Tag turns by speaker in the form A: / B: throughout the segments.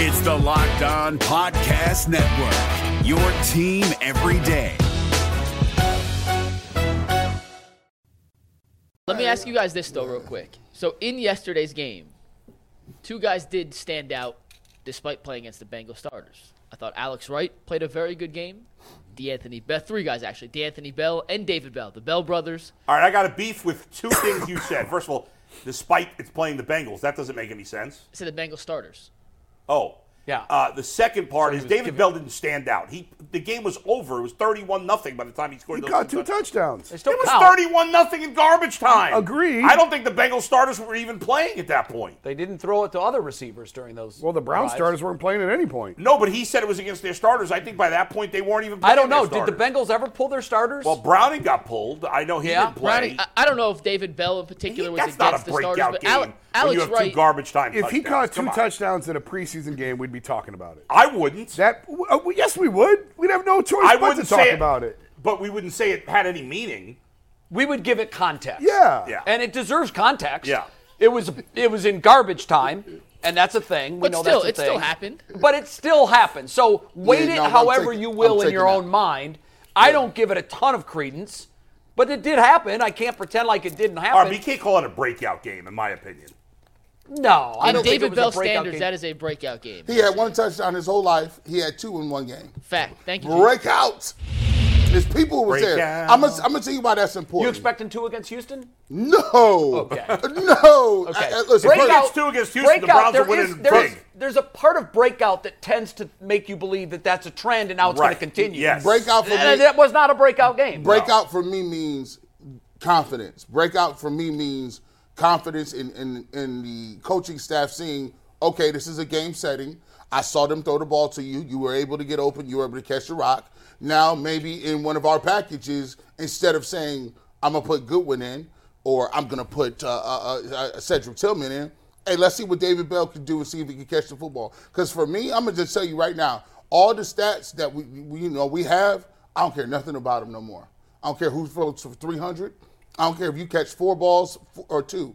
A: It's the Locked On Podcast Network, your team every day.
B: Let me ask you guys this though, real quick. So in yesterday's game, two guys did stand out despite playing against the Bengal starters. I thought Alex Wright played a very good game. D'Anthony Bell, three guys actually, D'Anthony Bell and David Bell, the Bell brothers.
C: All right, I got a beef with two things you said. First of all, despite it's playing the Bengals, that doesn't make any sense.
B: I said the Bengal starters.
C: Oh.
D: Yeah.
C: Uh, the second part is
D: was
C: David
D: giving-
C: Bell didn't stand out. He the game was over. It was 31 nothing by the time he scored
E: He
C: those
E: caught two touchdowns.
D: They still
C: It was
D: count.
C: 31 nothing in garbage time.
E: Agreed.
C: I don't think the Bengals starters were even playing at that point.
D: They didn't throw it to other receivers during those.
E: Well, the Browns
D: drives.
E: starters weren't playing at any point.
C: No, but he said it was against their starters. I think by that point they weren't even playing
D: I don't know.
C: their
D: Did the
C: starters.
D: Bengals ever pull their starters?
C: Well, Browning got pulled. I know he
D: Yeah,
C: didn't play.
B: Browning, I, I don't know if David Bell in particular was
C: That's
B: against
C: not a
B: the starters,
C: breakout
B: but
C: game.
B: Ale-
C: when you
B: Alex
C: have
B: Wright.
C: two garbage time
E: If he
C: touchdowns.
E: caught two
C: Come on.
E: touchdowns in a preseason game, we'd be talking about it.
C: I wouldn't.
E: That w- uh, well, yes, we would. We'd have no choice
C: I
E: but
C: wouldn't
E: to talk
C: say
E: about it.
C: but we wouldn't say it had any meaning.
D: we would give it context.
E: Yeah.
C: Yeah.
D: And it deserves context.
C: Yeah.
D: It was it was in garbage time, and that's a thing. We
B: But
D: know
B: still,
D: that's a
B: it
D: thing.
B: still happened.
D: But it still happened. So weight
F: no,
D: it
F: I'm
D: however
F: taking-
D: you
F: I'm
D: will in
F: taking
D: your
F: that.
D: own mind. I don't give it a ton of credence, but it did happen. I can't pretend like it didn't
C: All
D: happen.
C: right, but you can't call it a breakout game, in my opinion.
D: no, I
B: And
D: don't think it
B: David
D: was
B: Bell
D: a breakout
B: standards,
D: game.
B: that is a breakout game.
F: He had one touchdown his whole life. He had two in one game.
B: Fact. Thank you. Jim.
F: Breakout. His people was there.
C: Breakout.
F: I'm gonna I'm gonna tell you why that's important.
D: you expecting two against Houston?
F: No.
D: Okay.
F: No. I-
C: Uh,
F: I- listen,
C: Breakout-
F: first-
C: gets two against Houston, the Browns are
D: there
C: winning
D: is- there is-
C: big.
D: there's a part of breakout that tends to make you believe that that's a trend and now it's going
C: Right.
D: to continue.
C: Yes.
F: breakout for
D: And
F: me.
D: that was not a breakout game.
F: Breakout for me means confidence. Breakout for me means confidence in, in, in the coaching staff seeing, okay, this is a game setting. I saw them throw the ball to you. You were able to get open. You were able to catch the rock. Now, maybe in one of our packages, instead of saying, I'm going to put Goodwin in or I'm going to put uh, uh, uh, uh, Cedric Tillman in, hey, let's see what David Bell can do and see if he can catch the football. Because for me, I'm going to just tell you right now, all the stats that we, we you know we have, I don't care nothing about them no more. I don't care who throws for 300. I don't care if you catch four balls f- or two.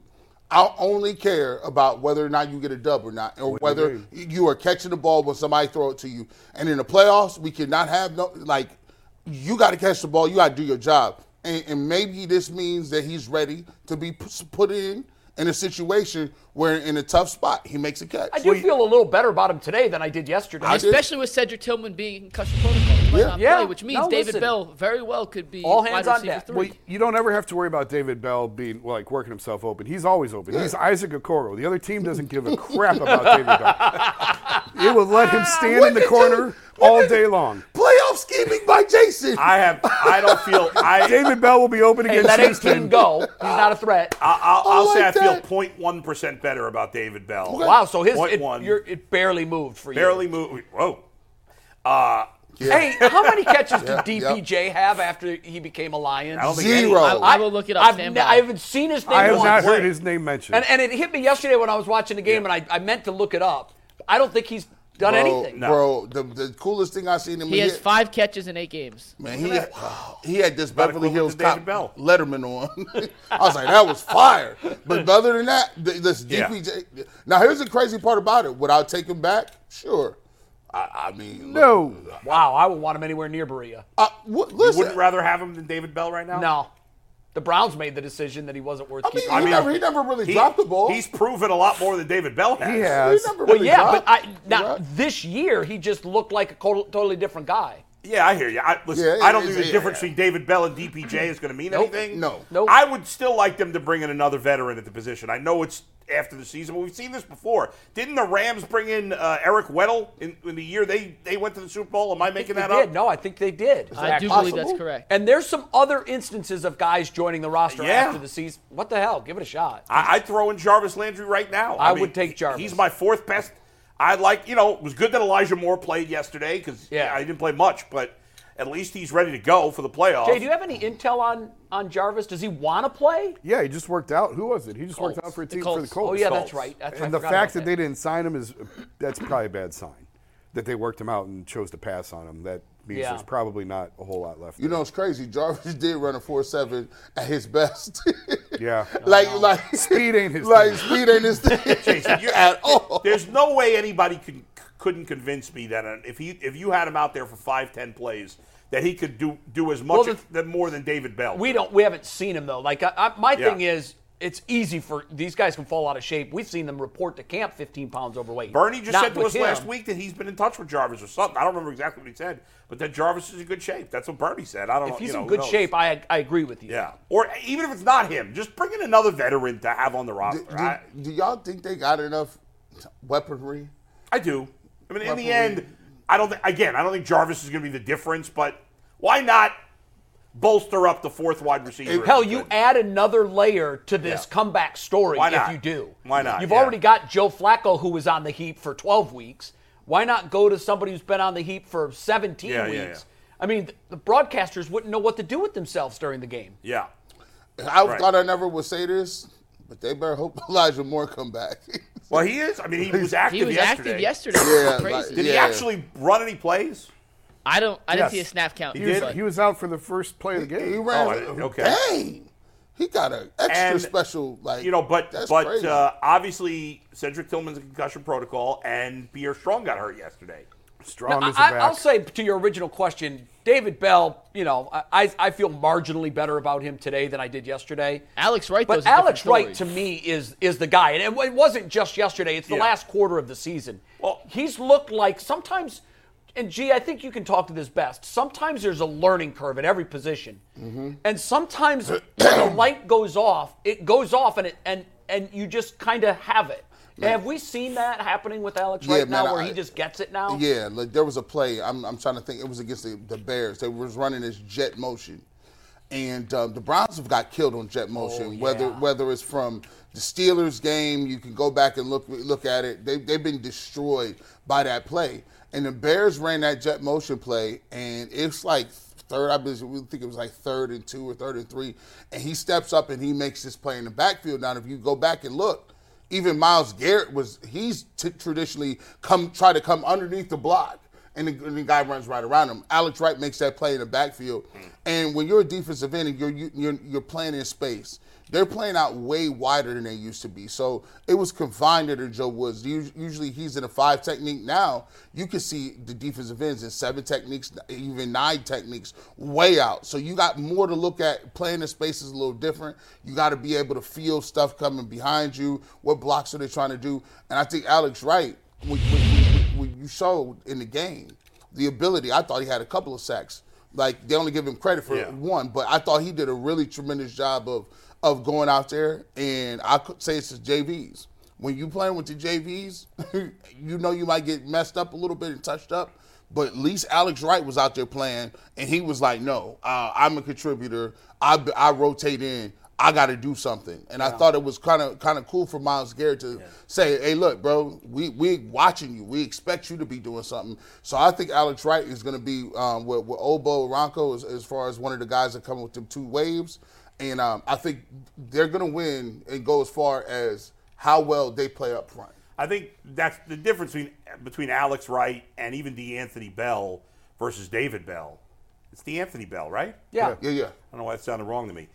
F: I only care about whether or not you get a dub or not, or whether you are catching the ball when somebody throw it to you. And in the playoffs, we cannot have no like. You got to catch the ball. You got to do your job. And, and maybe this means that he's ready to be p- put in in a situation where in a tough spot he makes a catch.
D: I do feel a little better about him today than I did yesterday.
F: I did.
B: Especially with Cedric Tillman being in concussion protocol. He might
F: Yeah.
B: not
D: Yeah.
B: play, which means
D: No,
B: David
D: listen.
B: Bell very well could be
D: All hands
B: wide
D: on
B: receiver
D: deck.
B: three.
E: Well, you don't ever have to worry about David Bell being like working himself open. He's always open. He's Isaac Okoro. The other team doesn't give a crap about David Bell. It will let him stand in
F: When
E: the
F: did
E: corner
F: you- when
E: all
F: did-
E: day long.
F: Playoff scheming by Jason.
C: I have. I don't feel. I.
E: David Bell will be open
D: Hey,
E: against
D: let 18
E: Houston.
D: go. He's not a threat.
C: I- I'll, I'll
F: I
C: say I
F: like
C: feel
F: that.
C: 0.1 percent better about David Bell.
D: wow, so his
C: Point
D: it,
C: one.
D: your- it barely moved for you.
C: barely moved. Whoa. Uh,
D: Hey, how many catches did
F: Yeah,
D: DPJ have after he became a Lion?
C: I don't think
F: Zero.
C: any-
B: I will look it up.
D: I've
B: Stand
D: ne-
B: by.
D: I haven't seen his name
E: I have
D: once.
E: not heard
C: Wait.
E: his name mentioned.
D: And, and it hit me yesterday when I was watching the game, and I, I meant to look it up. I don't think he's done anything.
F: Bro, the, the coolest thing I seen him.
B: he has
F: hit-
B: five catches in eight games.
F: Man, he had, he had this Beverly
C: equivalent
F: Hills
C: to David
F: cop
C: Bell.
F: Letterman on. I was like, that was fire. But other than that, th- this
C: Yeah.
F: DPJ. Now here's the crazy part about it. Would I take him back? Sure. I, I mean,
E: no.
D: Wow, I would want him anywhere near Berea.
F: I, wh- listen,
C: wouldn't rather have him than David Bell right now.
D: No. The Browns made the decision that he wasn't worth
F: I mean,
D: keeping.
F: he, never, he never really dropped the ball.
C: He's proven a lot more than David Bell has.
E: He
F: he
E: has.
F: never
D: well,
F: really
D: yeah, but
F: dropped.
D: I, now,
F: Right?
D: this year he just looked like a co- totally different guy.
C: Yeah, I hear you. I, listen,
F: Yeah,
C: I don't
F: it
C: think
F: is-
C: the
F: yeah,
C: difference
F: yeah.
C: between David Bell and DPJ is going to mean
D: Nope.
C: anything.
F: No.
D: Nope.
C: I would still like them to bring in another veteran at the position. I know it's after the season, but we've seen this before. Didn't the Rams bring in uh, Eric Weddle in, in the year they, they went to the Super Bowl? Am I making
D: They
C: that
D: did.
C: up?
D: No, I think they did.
B: I do
F: possible?
B: believe that's correct.
D: And there's some other instances of guys joining the roster
C: Yeah.
D: after the season. What the hell? Give it a shot.
C: I, I'd throw in Jarvis Landry right now.
D: I would take Jarvis.
C: He's my fourth best. I like, you know, it was good that Elijah Moore played yesterday because
D: Yeah.
C: I didn't play much, but at least he's ready to go for the playoffs.
D: Jay, do you have any intel on, on Jarvis? Does he want to play?
E: Yeah, he just worked out. Who was it? He just worked
B: Colts.
E: out for a
B: The
E: team for the
B: Colts.
E: Colts.
D: Oh, yeah,
C: Colts.
D: that's right. That's right. I
E: and the
D: forgot
E: fact that
D: about
E: they didn't sign him is that's probably a bad sign that they worked him out and chose to pass on him. That means
D: Yeah.
E: there's probably not a whole lot left.
F: You know, it's crazy. Jarvis did run a four seven at his best.
E: Yeah.
F: like like
E: Speed ain't his
F: like
E: thing.
F: speed ain't his thing
C: Jason, you-
F: at all.
C: There's no way anybody can c- couldn't convince me that uh, if he if you had him out there for five ten plays that he could do do as much
D: Well, the-
C: that more than David Bell.
D: We don't. We haven't seen him though. Like I, I, my
C: Yeah.
D: thing is, it's easy for these guys can fall out of shape. We've seen them report to camp 15 pounds overweight.
C: Bernie just
D: Not
C: said to
D: with
C: us last
D: him.
C: week that he's been in touch with Jarvis or something. I don't remember exactly what he said, but that Jarvis is in good shape. That's what Bernie said. I don't know.
D: If he's
C: you know,
D: in
C: who
D: good
C: knows?
D: shape, I I agree with you.
C: Yeah. Or even if it's not him, just bring in another veteran to have on the
F: Do,
C: roster.
F: do-
C: I,
F: do y'all think they got enough weaponry?
C: I do. I mean, in the
F: Well,
C: end, I don't think, again, I don't think Jarvis is going to be the difference, but why not bolster up the fourth wide receiver? if
D: Hell,
C: we
D: you
C: could?
D: add another layer to this
C: Yeah.
D: comeback story
C: Why not?
D: if you do.
C: Why not?
D: You've
C: Yeah.
D: already got Joe Flacco, who was on the heap for 12 weeks. Why not go to somebody who's been on the heap for 17
C: Yeah,
D: weeks?
C: yeah,
D: I mean, th- the broadcasters wouldn't know what to do with themselves during the game.
C: Yeah.
F: I
C: Right.
F: thought I never would say this, but they better hope Elijah Moore come back.
C: Well, he is. I mean, he was active
B: He was
C: yesterday.
B: active yesterday.
F: Yeah,
B: Crazy.
F: like-
C: Did he
F: Yeah.
C: actually run any plays?
B: I don't. I didn't
E: Yes.
B: see a snap count.
E: He was,
B: but
E: he was out for the first play of the
F: he
E: game.
C: Oh, I
F: ran.
C: didn't- okay.
F: okay. Dang, he got an extra
C: And,
F: special. Like
C: You know, but
F: that's
C: but
F: crazy.
C: uh, obviously Cedric Tillman's a concussion protocol, and Pierre Strong got hurt yesterday.
E: Strong as a
D: I,
E: back.
D: I'll say to your original question, David Bell. You know, I- I I feel marginally better about him today than I did yesterday.
B: Alex Wright, though,
D: but
B: is a different
D: Alex Wright to
B: story.
D: me is is the guy, and it, it wasn't just yesterday. It's the
C: Yeah.
D: last quarter of the season.
C: Well-
D: he's looked like sometimes. And gee, I think you can talk to this best. Sometimes there's a learning curve at every position, and sometimes when the light goes off. It goes off, and it and and you just kind of have it. Have we seen that happening with Alex
F: Yeah,
D: right
F: man,
D: now, where
F: I-
D: he just gets it now?
F: Yeah, like there was a play. I'm, I'm trying to think. It was against the, the Bears. They was running this jet motion, and um, the Browns have got killed on jet motion. Whether whether it's from the Steelers game, you can go back and look look at it. They they've been destroyed by that play. And the Bears ran that jet motion play, and it's like third. I believe- we think it was like third and two or third and three, and he steps up and he makes this play in the backfield. Now, if you go back and look even Miles Garrett was he's t- traditionally come try to come underneath the block. And the, and the guy runs right around him. Alex Wright makes that play in the backfield. And when you're a defensive end and you're, you- you're you're playing in space, they're playing out way wider than they used to be. So it was confined to Joe Woods. Us- Usually he's in a five technique. Now you can see the defensive ends in seven techniques, even nine techniques, way out. So you got more to look at. Playing the space is a little different. You got to be able to feel stuff coming behind you. What blocks are they trying to do? And I think Alex Wright, when, when- when- when you showed in the game the ability, I thought he had a couple of sacks. Like they only give him credit for
C: Yeah.
F: one, but I thought he did a really tremendous job of of going out there. And I could say it's his JVs. When you playing with the JVs, you know you might get messed up a little bit and touched up. But at least Alex Wright was out there playing, and he was like, "No, uh, I'm a contributor. I, I rotate in. I got to do something." And I thought it was kind of kind of cool for Miles Garrett to say, "Hey, look, bro, we we watching you. We expect you to be doing something." So I think Alex Wright is going to be um, with, with Obo Ronco as, as far as one of the guys that come with them two waves, and um, I think they're going to win and go as far as how well they play up front.
C: I think that's the difference between between Alex Wright and even DeAnthony Bell versus David Bell. It's DeAnthony Bell, right?
D: Yeah.
F: Yeah, yeah,
C: I don't know why it sounded wrong to me.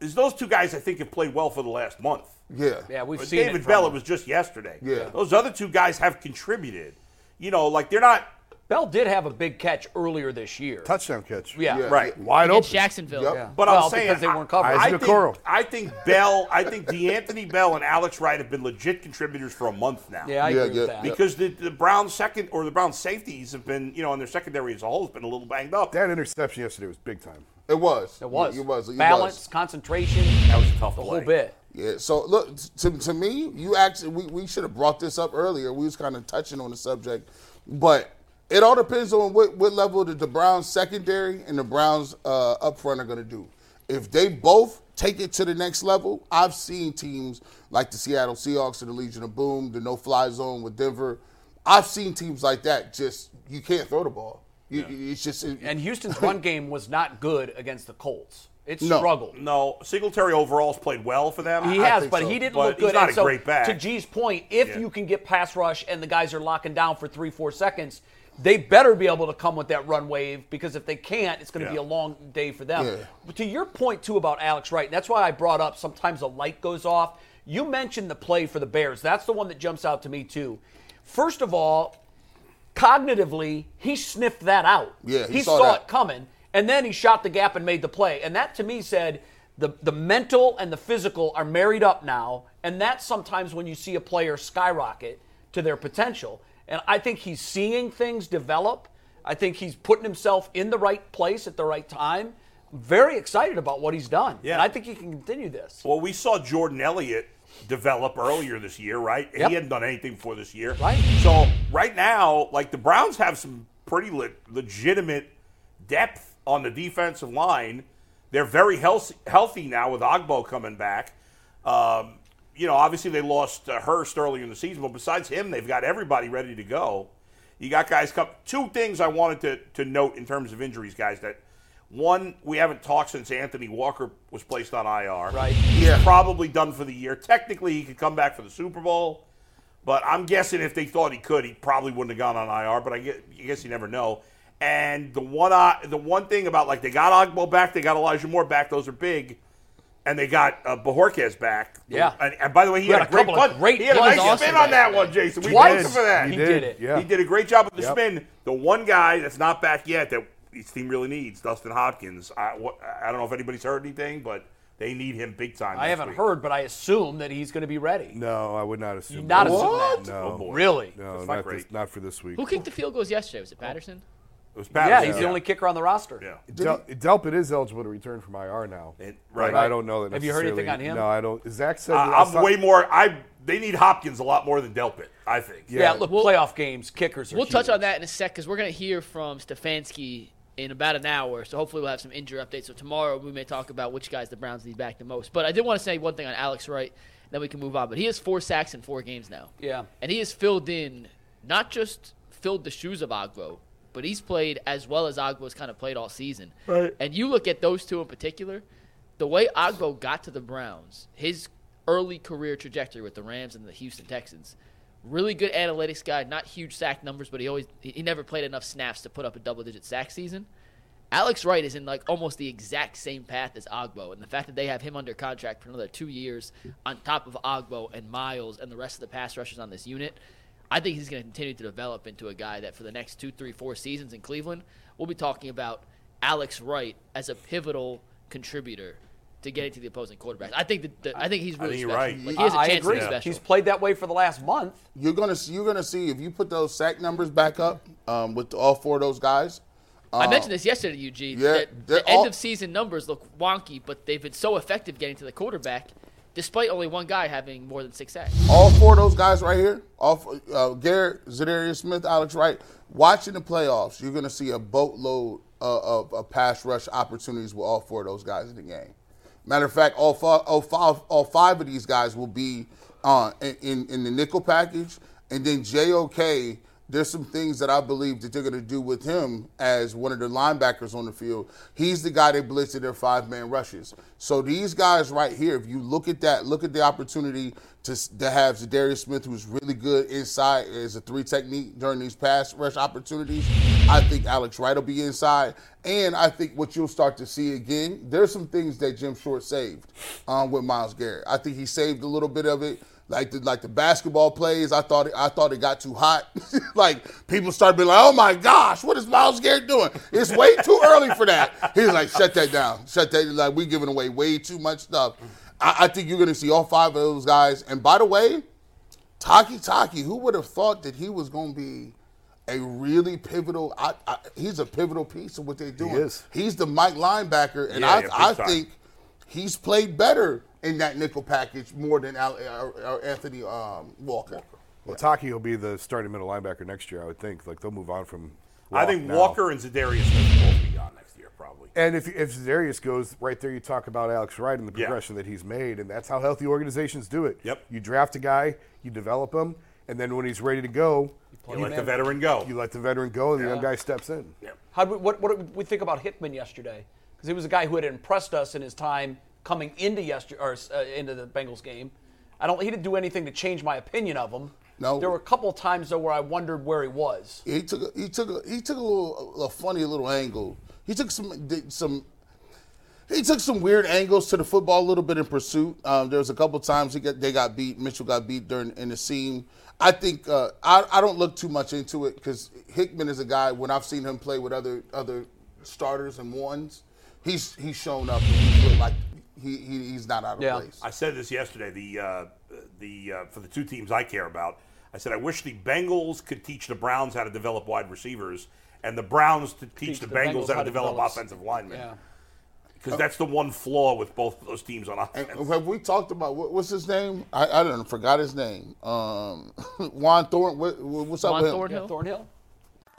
C: Is those two guys I think have played well for the last month.
F: yeah,
D: Yeah, we've
C: But
D: seen
C: David
D: it
C: Bell,
D: from
C: it was just yesterday.
F: Yeah.
C: Those other two guys have contributed. You know, like they're not
D: Bell did have a big catch earlier this year.
E: Touchdown catch.
D: Yeah.
F: Yeah.
C: right.
E: Wide
B: against
E: open.
B: Jacksonville.
F: Yep.
D: Yeah.
C: But
D: well,
C: I'm saying
D: because they
C: I-
D: weren't covered.
E: Isaac
C: I think,
E: Okoro.
C: I think Bell, I think DeAnthony Bell and Alex Wright have been legit contributors for a month now.
D: yeah, I
F: Yeah,
D: agree
F: yeah.
D: with that.
C: Because the, the Brown second or the Brown safeties have been, you know, and their secondary as a whole has been a little banged up.
E: That interception yesterday was big time.
F: It was.
D: It was.
F: It was. It
D: Balance,
F: was.
D: concentration,
C: That was a tough
D: the
C: play.
D: whole bit.
F: Yeah. So look, to, to me, you actually we, we should have brought this up earlier. We was kind of touching on the subject, but it all depends on what, what level that the Browns secondary and the Browns uh, up front are going to do. If they both take it to the next level, I've seen teams like the Seattle Seahawks and the Legion of Boom, the No Fly Zone with Denver. I've seen teams like that. Just you can't throw the ball. You, you- It's just
D: And Houston's run game was not good against the Colts. It
F: No.
D: struggled.
C: No, Singletary overall's played well for them.
D: He
C: I-
D: has,
F: think
D: but
F: so.
D: he didn't
C: But
D: look
C: he's
D: good.
C: not
D: And
C: a
D: so,
C: great back.
D: To G's point, if
C: Yeah.
D: you can get pass rush and the guys are locking down for three, four seconds, they better be able to come with that run wave because if they can't, it's going to
C: Yeah.
D: be a long day for them.
F: Yeah.
D: But to your point too about Alex Wright, and that's why I brought up sometimes a light goes off. You mentioned the play for the Bears. That's the one that jumps out to me too. First of all, cognitively, he sniffed that out.
F: Yeah, he
D: he
F: saw
D: saw,
F: that.
D: it coming, and then he shot the gap and made the play. And that to me said the the mental and the physical are married up now, and that's sometimes when you see a player skyrocket to their potential. And I think he's seeing things develop. I think he's putting himself in the right place at the right time. I'm very excited about what he's done.
C: Yeah.
D: And I think he can continue this.
C: Well, we saw Jordan Elliott develop earlier this year, right? And
D: Yep.
C: He hadn't done anything before this year.
D: Right.
C: So right now, like the Browns have some pretty le- legitimate depth on the defensive line. They're very healthy, healthy now with Ogbo coming back. Um, you know, obviously they lost uh, Hurst earlier in the season, but besides him, they've got everybody ready to go. You got guys come. Two things I wanted to, to note in terms of injuries, guys. That one, we haven't talked since Anthony Walker was placed on IR.
D: Right.
C: He's
F: Yeah.
C: probably done for the year. Technically, he could come back for the Super Bowl, but I'm guessing if they thought he could, he probably wouldn't have gone on IR. But I guess, I guess you never know. And the one, uh, the one thing about like they got Ogbo back, they got Elijah Moore back. Those are big, and they got uh, Bajorquez back.
D: Yeah.
C: And, and by the way, he
D: We
C: had,
D: had
C: a
D: a
C: great
D: couple of
C: punt.
D: great
C: He had a
D: punts
C: nice
D: also
C: spin on
D: back
C: that
D: today.
C: one, Jason. We
D: Twice.
C: thanked him for that.
D: He
E: did,
D: did it.
E: Yeah.
C: He did a great job with the
E: Yep.
C: spin. The one guy that's not back yet that his team really needs, Dustin Hopkins. I, what, I don't know if anybody's heard anything, but they need him big time.
D: I
C: next
D: haven't
C: week.
D: heard, but I assume that he's going to be ready.
E: No, I would not assume.
D: Not
E: that.
D: assume
C: What?
D: that.
E: No.
C: Oh, boy.
D: Really?
E: No,
C: That's not
E: not,
C: great.
E: this, not for this week.
B: Who kicked the field goals yesterday? Was it Patterson?
C: It was
D: Yeah,
C: Patterson.
D: he's the only kicker on the roster.
C: Yeah.
E: Del- Delpit is eligible to return from IR now.
C: It-
E: But
C: right.
E: I don't know that.
D: Have you heard anything
E: necessarily-
D: on him?
E: No, I don't. Zach said.
C: I-
E: last
C: I'm
E: time-
C: way more. I they need Hopkins a lot more than Delpit. I think.
D: Yeah,
E: Yeah.
D: look,
B: We'll-
D: playoff games, kickers are
B: We'll touch
D: huge.
B: on that in a sec because we're going to hear from Stefanski in about an hour. So hopefully we'll have some injury updates. So tomorrow we may talk about which guys the Browns need back the most. But I did want to say one thing on Alex Wright, and then we can move on. But he has four sacks in four games now.
D: Yeah.
B: And he has filled in, not just filled the shoes of Agbo, but he's played as well as Agbo's kind of played all season. Right. And you look at those two in particular, the way Agbo got to the Browns, his early career trajectory with the Rams and the Houston Texans, really good analytics guy, not huge sack numbers, but he always he he never played enough snaps to put up a double digit sack season. Alex Wright is in like almost the exact same path as Ogbo, and the fact that they have him under contract for another two years on top of Ogbo and Miles and the rest of the pass rushers on this unit, I think he's going to continue to develop into a guy that for the next two, three, four seasons in Cleveland, we'll be talking about Alex Wright as a pivotal contributor to getting to the opposing quarterback. I think that the, I think he's really
C: think you're
B: special.
C: right.
B: Like, he has a
D: I- I
B: chance to
D: agree.
B: be special.
D: He's played that way for the last month.
F: You're gonna see. You're gonna see if you put those sack numbers back up um, with all four of those guys.
B: I
C: Uh,
B: mentioned this yesterday to you, G.
F: yeah,
B: that
F: they're
B: the end
F: all-
B: of season numbers look wonky, but they've been so effective getting to the quarterback, despite only one guy having more than six sacks.
F: All four of those guys right here, all four, uh, Garrett, Zadarius Smith, Alex Wright. Watching the playoffs, you're gonna see a boatload uh, of, of pass rush opportunities with all four of those guys in the game. Matter of fact, all five, all five, all five of these guys will be uh, in, in in the nickel package, and then JOK. There's some things that I believe that they're going to do with him as one of the linebackers on the field. He's the guy they blitz in their five-man rushes. So these guys right here, if you look at that, look at the opportunity to, s- to have Zadarius Smith, who's really good inside as a three technique during these pass rush opportunities. I think Alex Wright will be inside, and I think what you'll start to see again, there's some things that Jim Short saved um, with Miles Garrett. I think he saved a little bit of it like the like the basketball plays. I thought it, I thought it got too hot. like people started being like, "Oh my gosh, what is Miles Garrett doing? It's way too early for that." He's like, "Shut that down. Shut that. Like we giving away way too much stuff." I, I think you're gonna see all five of those guys. And by the way, Taki Taki, who would have thought that he was gonna be a really pivotal? I, I, he's a pivotal piece of what they're doing.
E: is.
F: He's the Mike linebacker, and
C: Yeah, yeah, big
F: I, I
C: time.
F: think he's played better in that nickel package more than Al, or, or Anthony um, Walker.
E: Well, Taki will be the starting middle linebacker next year, I would think. Like they'll move on from.
C: I think
E: now.
C: Walker and Zadarius Smith will both be gone next year, probably.
E: And if if Zarius goes right there, you talk about Alex Wright and the
C: Yeah.
E: progression that he's made, and that's how healthy organizations do it.
C: Yep.
E: You draft a guy, you develop him, and then when he's ready to go,
C: You let the veteran go.
E: you let the veteran go, and the young guy steps in.
D: How we, what, what did we think about Hickman yesterday? Because he was a guy who had impressed us in his time coming into yesterday or uh, into the Bengals game. I don't. He didn't do anything to change my opinion of him.
F: No.
D: There were a couple of times though where I wondered where he was.
F: He took a, he took a, he took a little a funny little angle. He took some did some he took some weird angles to the football a little bit in pursuit. Um, there was a couple times he got, they got beat. Mitchell got beat during in the seam. I think uh, I, I don't look too much into it because Hickman is a guy when I've seen him play with other other starters and ones, he's he's shown up and he's looked like he, he he's not out of
D: Yeah.
F: place.
C: I said this yesterday. The uh, the uh, for the two teams I care about, I said I wish the Bengals could teach the Browns how to develop wide receivers, and the Browns to teach, the, Bengals, how to develop,
D: develop-
C: offensive linemen.
D: Yeah.
C: Because that's the one flaw with both those teams on
F: And
C: offense.
F: have we talked about what, what's his name? I, I don't know, forgot his name. Um, Juan Thorn. What, what's up
B: Juan
F: with him?
B: Thornhill?
D: Thornhill?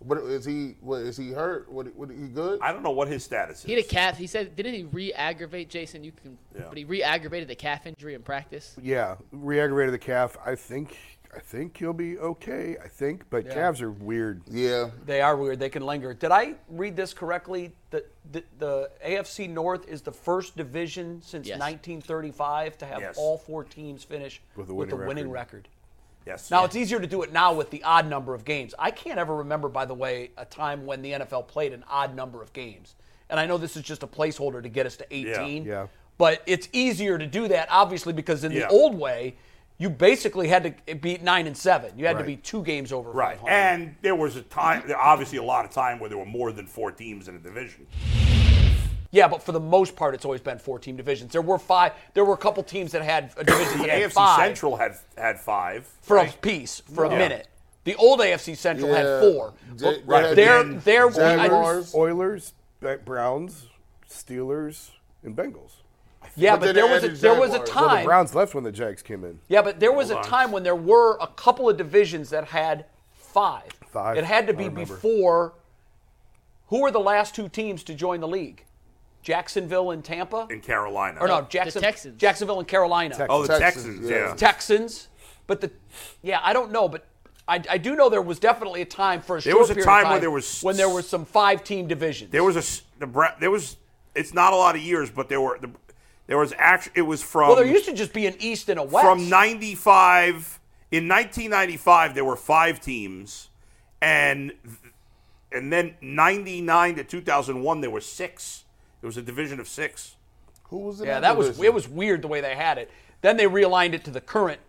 F: What is he? What is he hurt? What, what he good?
C: I don't know what his status is.
B: He had a calf. He said, didn't he re-aggravate Jason? You can,
C: Yeah.
B: but he re-aggravated the calf injury in practice.
E: Yeah, re-aggravated the calf. I think I think he'll be okay. I think, but calves are weird.
F: yeah,
D: They are weird. They can linger. Did I read this correctly? The, the, the AFC North is the first division since
B: Yes.
D: 1935 to have
C: Yes.
D: all four teams finish
E: With a winning
D: winning record.
E: record.
C: yes.
D: Now, it's easier to do it now with the odd number of games. I can't ever remember, by the way, a time when the NFL played an odd number of games. And I know this is just a placeholder to get us to 18.
E: Yeah.
D: But it's easier to do that, obviously, because in
C: Yeah.
D: the old way, you basically had to be 9 and 7. You had
E: Right.
D: to be two games over
C: Right.
D: 500.
C: And there was a time, there obviously a lot of time where there were more than four teams in a division.
D: Yeah, but for the most part, it's always been four-team divisions. There were five. There were a couple teams that had a division
C: The
D: that had
C: AFC
D: five
C: Central had had five.
D: for
C: right?
D: a piece for
C: Yeah.
D: a minute. The old AFC Central
F: Yeah.
D: had four.
F: They-
D: But
F: they had
D: there,
C: the-
D: there were I-
F: Jaguars.
E: Oilers, Ba- Browns, Steelers, and Bengals.
D: yeah,
F: But
D: but
F: then
D: there
F: they
D: was a,
F: added
D: there was a
F: Jaguars. Well,
E: Well, the
D: time.
E: Browns left when the Jags came in.
D: yeah, but there was a
C: Hold on.
D: time when there were a couple of divisions that had five.
E: Five,
D: It had to
E: I
D: be
E: remember.
D: before. Who were the last two teams to join the league? Jacksonville and Tampa,
C: in Carolina.
D: or no, Jackson,
B: Texans.
D: Jacksonville and Carolina.
C: Oh, the
F: Texans,
C: Texans.
F: yeah.
C: yeah.
D: Texans, but the yeah, I don't know, but I, I do know there was definitely a time for a
C: There
D: short
C: was a
D: period
C: time
D: of
C: where there was-
D: when there were some five team divisions.
C: There was a s- the Bra- there was it's not a lot of years, but there were the, there was actually it was from
D: well, there used to just be an East and a West.
C: from 95 in 1995 there were five teams and and then 99 to 2001 there were six. There was a division of six.
F: Who was it?
D: yeah, that was it was weird the way they had it. Then they realigned it to the current.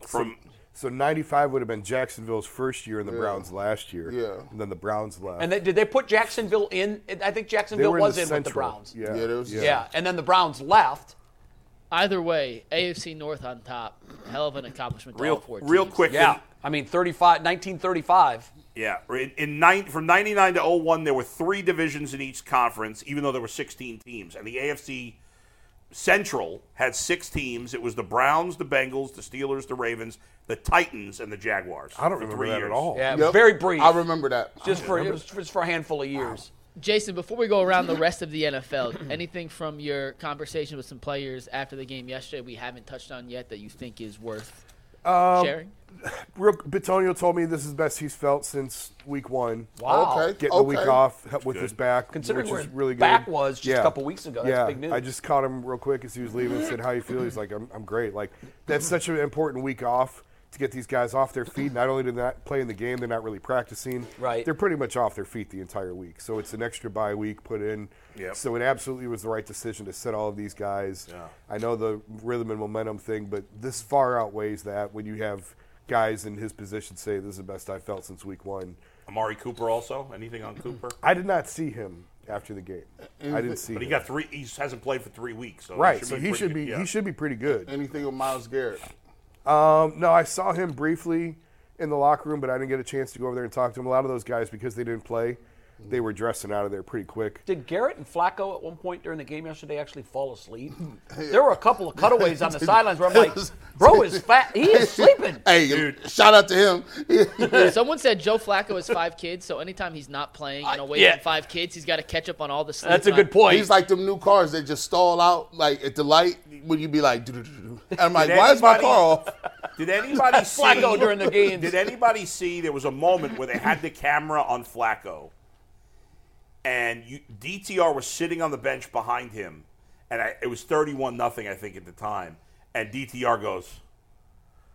C: From
E: So 95 would have been Jacksonville's first year and the Browns last year.
F: Yeah.
E: And then the Browns left.
D: And they, did they put Jacksonville in? I think
E: They
D: Jacksonville
E: were
D: was
E: the
D: in, with the
E: Central.
D: Browns.
E: Yeah.
F: Yeah, there was-
D: Yeah. and then the Browns left.
B: Either way, AFC North on top. Hell of an accomplishment. To all
C: real
B: four
C: real
B: teams.
C: quick
D: Yeah, I mean 35, 1935.
C: Yeah, in, in nine, from 99 to 01, there were three divisions in each conference, even though there were 16 teams. And the AFC Central had six teams. It was the Browns, the Bengals, the Steelers, the Ravens, the Titans, and the Jaguars.
E: I don't
C: for
E: remember
C: three
E: that
C: years.
E: at all.
D: Yeah, it was very brief.
F: I remember that.
D: Just for it was just for a handful of years.
B: Jason, before we go around the rest of the NFL, anything from your conversation with some players after the game yesterday we haven't touched on yet that you think is worth
C: Um,
B: sharing?
E: Real, Bitonio told me this is the best he's felt since week one.
D: Wow.
F: Okay.
E: Getting the week off he- with his back,
D: Considering
E: which is
D: where
E: really good.
D: back was just a couple weeks ago, that's
E: yeah,
D: big news.
E: I just caught him real quick as he was leaving. Said, "How you feel?" He's like, "I'm, I'm great." Like that's such an important week off to get these guys off their feet. Not only did they not play in the game, they're not really practicing.
D: Right.
E: They're pretty much off their feet the entire week. So it's an extra bye week put in.
C: Yep.
E: So it absolutely was the right decision to set all of these guys. I know the rhythm and momentum thing, but this far outweighs that when you have guys in his position say, "This is the best I felt since week one."
C: Amari Cooper also. Anything on Cooper?
E: I did not see him after the game. I didn't see
C: But he
E: him.
C: got three. He hasn't played for three weeks. So
E: right. So he
C: pretty
E: should
C: good,
E: be
C: yeah.
E: he should be pretty good.
F: Anything with Miles Garrett?
E: No, I saw him briefly in the locker room, but I didn't get a chance to go over there and talk to him. A lot of those guys, because they didn't play, they were dressing out of there pretty quick.
D: Did Garrett and Flacco at one point during the game yesterday actually fall asleep? There were a couple of cutaways on the sidelines where I'm like, bro is fat. He is sleeping.
F: Hey, shout out to him.
B: Someone said Joe Flacco has five kids, so anytime he's not playing and away
D: yeah.
B: from five kids, he's got to catch up on all the sleep.
D: That's a
B: on-
D: good point.
F: He's like them new cars that just stall out like at the light when you be like, "Doo-doo-doo-doo." And I'm like,
C: Did
F: why is my
C: anybody-
F: car off?
C: Did anybody see
D: Flacco during the games.
C: Did anybody see there was a moment where they had the camera on Flacco, and you, DTR was sitting on the bench behind him, and I, it was thirty-one nothing, I think, at the time, and DTR goes,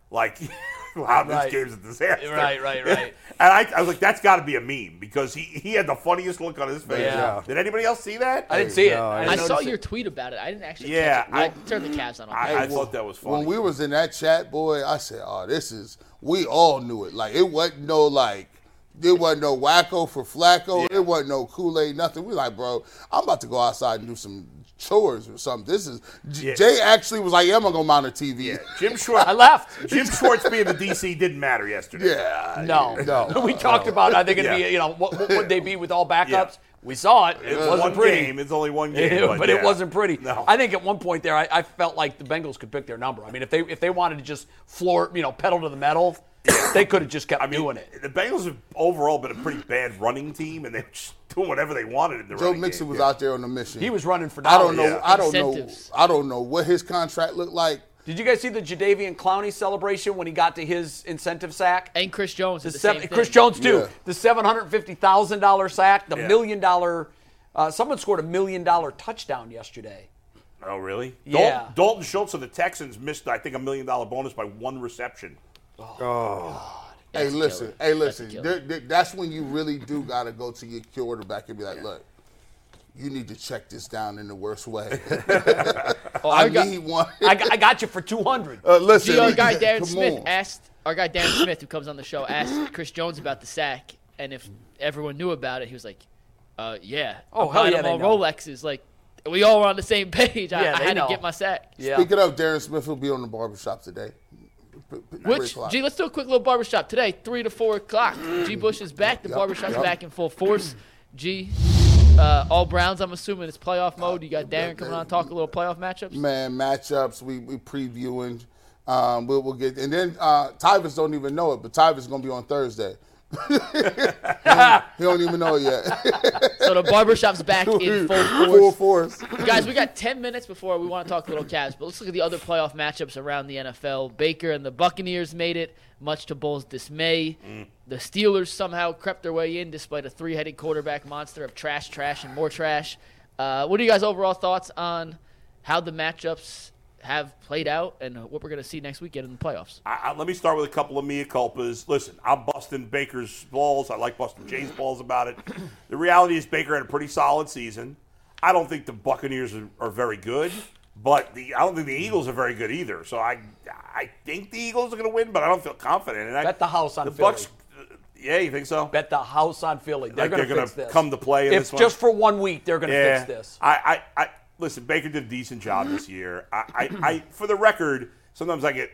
C: like, "Wow, this
D: Right.
C: game's a disaster."
D: Right, right, right.
C: and I, I was like, "That's got to be a meme because he, he had the funniest look on his face."
D: Yeah. Yeah.
C: Did anybody else see that?
D: I didn't see it.
E: No, I
B: I
D: didn't
B: saw
D: notice
B: your
D: it.
B: tweet about it. I didn't actually.
C: Yeah,
B: catch it. Well,
C: I-
B: turn the Cavs on. on
C: I,
B: that.
C: I thought that was funny.
F: When we was in that chat, boy, I said, "Oh, this is." We all knew it. Like it wasn't no like. There wasn't no wacko for Flacco. There wasn't no Kool Aid, nothing. We like, bro, I'm about to go outside and do some chores or something. This is J-
C: Yeah.
F: Jay actually was like, yeah, I'm gonna go mount a TV.
C: yeah, Jim Schwartz.
D: I left.
C: Jim Schwartz being the DC didn't matter yesterday.
F: Yeah.
D: No,
E: No.
D: we talked about are they going to
C: Yeah.
D: be, you know, what, what would they be with all backups?
C: Yeah.
D: We saw it. It
C: It's
D: wasn't
C: one
D: pretty.
C: game. It's only one game.
D: Yeah, but it
C: yeah.
D: wasn't pretty.
C: No.
D: I think at one point there, I, I felt like the Bengals could pick their number. I mean, if they if they wanted to just floor, you know, pedal to the metal, they could have just kept
C: I mean,
D: doing it.
C: The Bengals have overall been a pretty bad running team, and they were just doing whatever they wanted in the
F: Joe
C: running
F: Mixon
C: game.
F: was out there on a mission.
D: He was running for.
F: I don't know.
D: dollars.
C: Yeah.
F: I don't know.
B: Incentives.
F: I don't know what his contract looked like.
D: Did you guys see the Jadavian Clowney celebration when he got to his incentive sack?
B: and Chris Jones.
D: The
B: Did the
D: seven-
B: same
D: Chris
B: thing.
D: Jones too.
F: Yeah.
D: The seven hundred fifty thousand dollar sack, the
C: Yeah.
D: million dollar. Uh, someone scored a million dollar touchdown yesterday.
C: Oh, really?
D: Yeah.
C: Dalton, Dalton Schultz of the Texans missed, I think, a million dollar bonus by one reception.
F: Hey,
B: That's a
F: listen.
B: killer.
F: Hey,
B: That's a
F: listen.
B: killer.
F: there- there- that's when you really do gotta go to your quarterback and be like, look, you need to check this down in the worst way.
B: Oh,
F: I
B: our guy-
F: need one.
D: I got, I got you for two hundred.
F: Uh, listen,
B: See, our guy
F: come
B: Darren Smith
F: on.
B: asked our guy Darren Smith, who comes on the show, asked Chris Jones about the sack, and if everyone knew about it, he was like, uh, "Yeah,
D: Oh,
B: I'm
D: hell
B: buying
D: yeah,
B: them
D: they
B: all
D: know.
B: Rolexes." Like, we all were on the same page. I,
D: Yeah,
B: I
D: they
B: had
D: know.
B: to get my sack.
D: Yeah.
F: Pick it up, Darren Smith will be on the barbershop today. P- p- three
B: Which,
F: o'clock.
B: gee, let's do a quick little barbershop today, three to four o'clock. G. Bush is back. The barbershop's
F: yep.
B: back in full force. G. Uh, all Browns, I'm assuming it's playoff mode. You got Darren coming on, talk a little playoff matchups.
F: man matchups. We we previewing. Um, we'll, we'll get and then uh, Tyvis don't even know it, but Tyvis gonna be on Thursday. he, don't, he don't even know it yet.
B: So the barbershop's back in full force.
F: Full force.
B: Guys, we got 10 minutes before we want to talk little Cavs, but let's look at the other playoff matchups around the NFL. Baker and the Buccaneers made it, much to Bull's dismay. The Steelers somehow crept their way in despite a three headed quarterback monster of trash, trash, and more trash. Uh, what are you guys' overall thoughts on how the matchups have played out and what we're going to see next weekend in the playoffs?
C: I, I, let me start with a couple of mea culpas. Listen, I'm busting Baker's balls. I like busting Jay's balls about it. The reality is Baker had a pretty solid season. I don't think the Buccaneers are, are very good, but the I don't think the Eagles are very good either. So I I think the Eagles are going to win, but I don't feel confident. And I,
D: Bet the house on
C: the
D: Philly.
C: Bucks. Yeah, you think so?
D: Bet the house on Philly. They're
C: Like
D: going
C: they're
D: to
C: gonna
D: fix this.
C: come to play in
D: If
C: this one?
D: just for one week, they're going to
C: yeah.
D: fix this.
C: I, I, I listen. Baker did a decent job this year. I, I, I, for the record, sometimes I get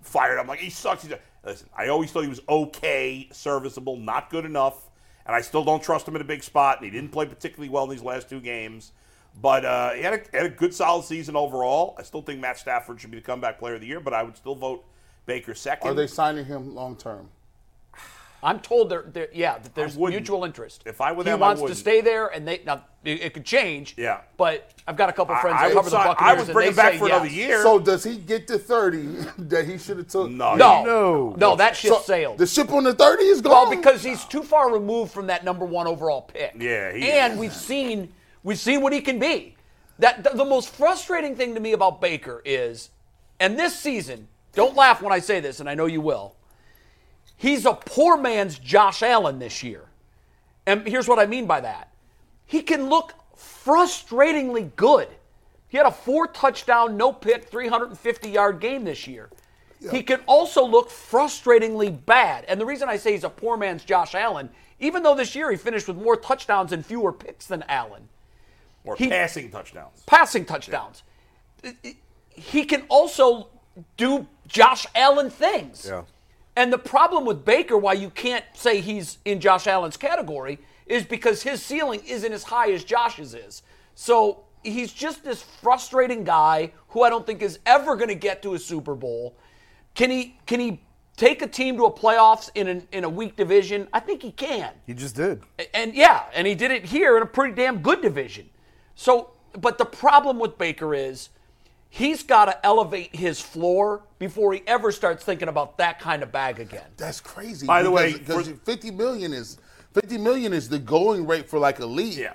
C: fired. I'm like, he sucks. He's a-" listen, I always thought he was okay, serviceable, not good enough, and I still don't trust him in a big spot. And he didn't play particularly well in these last two games, but uh, he had a, had a good, solid season overall. I still think Matt Stafford should be the comeback player of the year, but I would still vote Baker second.
F: Are they signing him long term?
D: I'm told there, there yeah, that there's
C: wouldn't.
D: mutual interest.
C: If I were
D: he
C: them, I
D: wants to
C: wouldn't.
D: stay there, and they now it, it could change.
C: Yeah.
D: but I've got a couple
C: I-
D: friends
C: I
D: that
C: would
D: cover the
C: sign- I
D: Buccaneers.
C: would
D: and
C: bring
D: they
C: him back
D: say
C: for another
D: yes.
C: year.
F: So does he get the thirty that he should have took?
C: No.
D: No,
E: No.
D: no, that ship
F: So
D: sailed.
F: The ship on the thirty is
D: well,
F: gone.
D: because he's too far removed from that number one overall pick.
C: Yeah, he
D: and
C: is.
D: we've seen we've seen what he can be. That the, the most frustrating thing to me about Baker is, and this season, don't laugh when I say this, and I know you will. He's a poor man's Josh Allen this year, and here's what I mean by that. He can look frustratingly good. He had a four touchdown, no pick, 350 yard game this year. He can also look frustratingly bad. And the reason I say he's a poor man's Josh Allen, even though this year he finished with more touchdowns and fewer picks than Allen,
C: or
D: he-
C: passing touchdowns.
D: passing touchdowns, he can also do Josh Allen things.
E: Yeah.
D: And the problem with Baker, why you can't say he's in Josh Allen's category, is because his ceiling isn't as high as Josh's is. So he's just this frustrating guy who I don't think is ever going to get to a Super Bowl. Can he? Can he take a team to a playoffs in an, in a weak division? I think he can.
E: He just did.
D: And yeah, and he did it here in a pretty damn good division. So, but the problem with Baker is he's got to elevate his floor before he ever starts thinking about that kind of bag again.
F: That's crazy.
C: By the way,
F: because
C: for-
F: 50 million is 50 million is the going rate for like a league.
C: Yeah.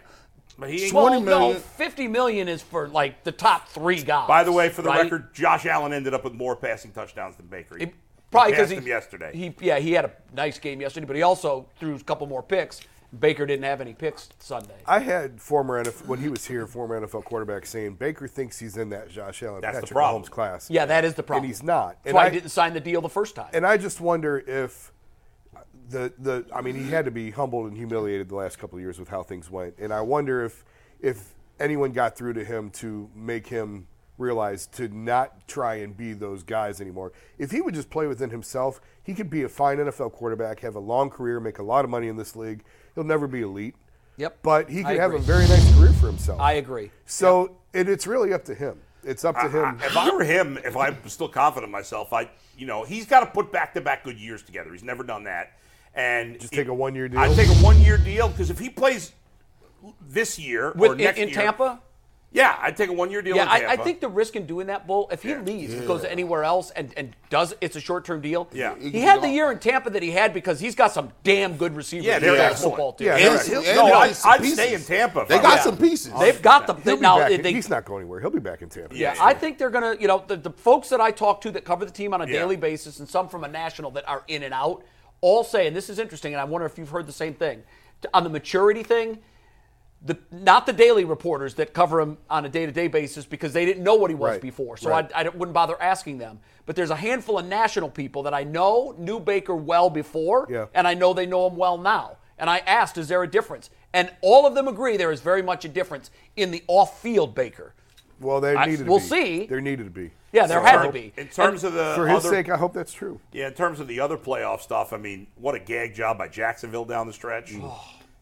C: But he ain't
F: Well, 20
D: no,
F: million.
D: 50 million is for like the top three guys.
C: By the way, for the
D: right?
C: record, Josh Allen ended up with more passing touchdowns than Baker. He,
D: He- probably because
C: passed
D: he
C: him yesterday.
D: He yeah, he had a nice game yesterday, but he also threw a couple more picks. Baker didn't have any picks Sunday.
E: I had former NFL, when he was here, former NFL quarterback saying Baker thinks he's in that Josh Allen,
C: That's the
E: Patrick
C: problem.
E: Mahomes class.
D: yeah, that is the problem.
E: And he's not.
D: That's
E: And
D: why
E: I-
D: he didn't sign the deal the first time.
E: and I just wonder if the the I mean he had to be humbled and humiliated the last couple of years with how things went, and I wonder if if anyone got through to him to make him realize to not try and be those guys anymore. If he would just play within himself, he could be a fine NFL quarterback, have a long career, make a lot of money in this league. He'll never be elite.
D: Yep.
E: But he
D: I
E: could have a
D: agree.
E: very nice career for himself.
D: I agree.
E: So and it's really up to him. It's up to him.
C: if I were him, if I'm still confident in myself, I, you know, he's got to put back-to-back good years together. He's never done that, and
E: Just take a one-year deal?
C: I take a one-year deal because if he plays this year or
D: With, in,
C: next
D: in
C: year-
D: Tampa,
C: yeah, I'd take a one-year deal.
D: Yeah,
C: in
D: I, I
C: Tampa.
D: think the risk in doing that, Bull, if he
C: Yeah.
D: leaves, goes anywhere else, and, and does it's a short term deal.
C: Yeah.
D: he had the year in Tampa that he had because he's got some damn good receivers.
C: Yeah,
D: in
C: they're
D: that
C: excellent.
D: football team.
E: Yeah,
C: And-
E: they're
F: and
C: no,
F: they
C: I,
F: got some
C: I'd
F: pieces.
C: stay in Tampa. if
F: They
C: I
F: got
C: were
F: some
C: him.
F: pieces.
D: They've got the
E: He'll be
D: now.
E: back
D: they-
E: in-
D: they-
E: he's not going anywhere. He'll be back in Tampa.
C: Yeah.
D: I think they're gonna, you know, the, the folks that I talk to that cover the team on a
C: Yeah.
D: daily basis, and some from a national that are in and out, all say, and this is interesting, and I wonder if you've heard the same thing t- on the maturity thing. The, not the daily reporters that cover him on a day-to-day basis because they didn't know what he was
E: Right.
D: before, so
E: Right.
D: I, I don't- wouldn't bother asking them. But there's a handful of national people that I know knew Baker well before,
E: Yeah.
D: and I know they know him well now. And I asked, is there a difference? And all of them agree there is very much a difference in the off-field Baker.
E: Well, there
D: I-
E: needed to
D: we'll
E: be.
D: see.
E: There needed to be.
D: Yeah, there
C: In
D: had to
C: ter-
D: be.
C: In terms of the
E: For his
C: other,
E: sake, I hope that's true.
C: yeah, in terms of the other playoff stuff, I mean, what a gag job by Jacksonville down the stretch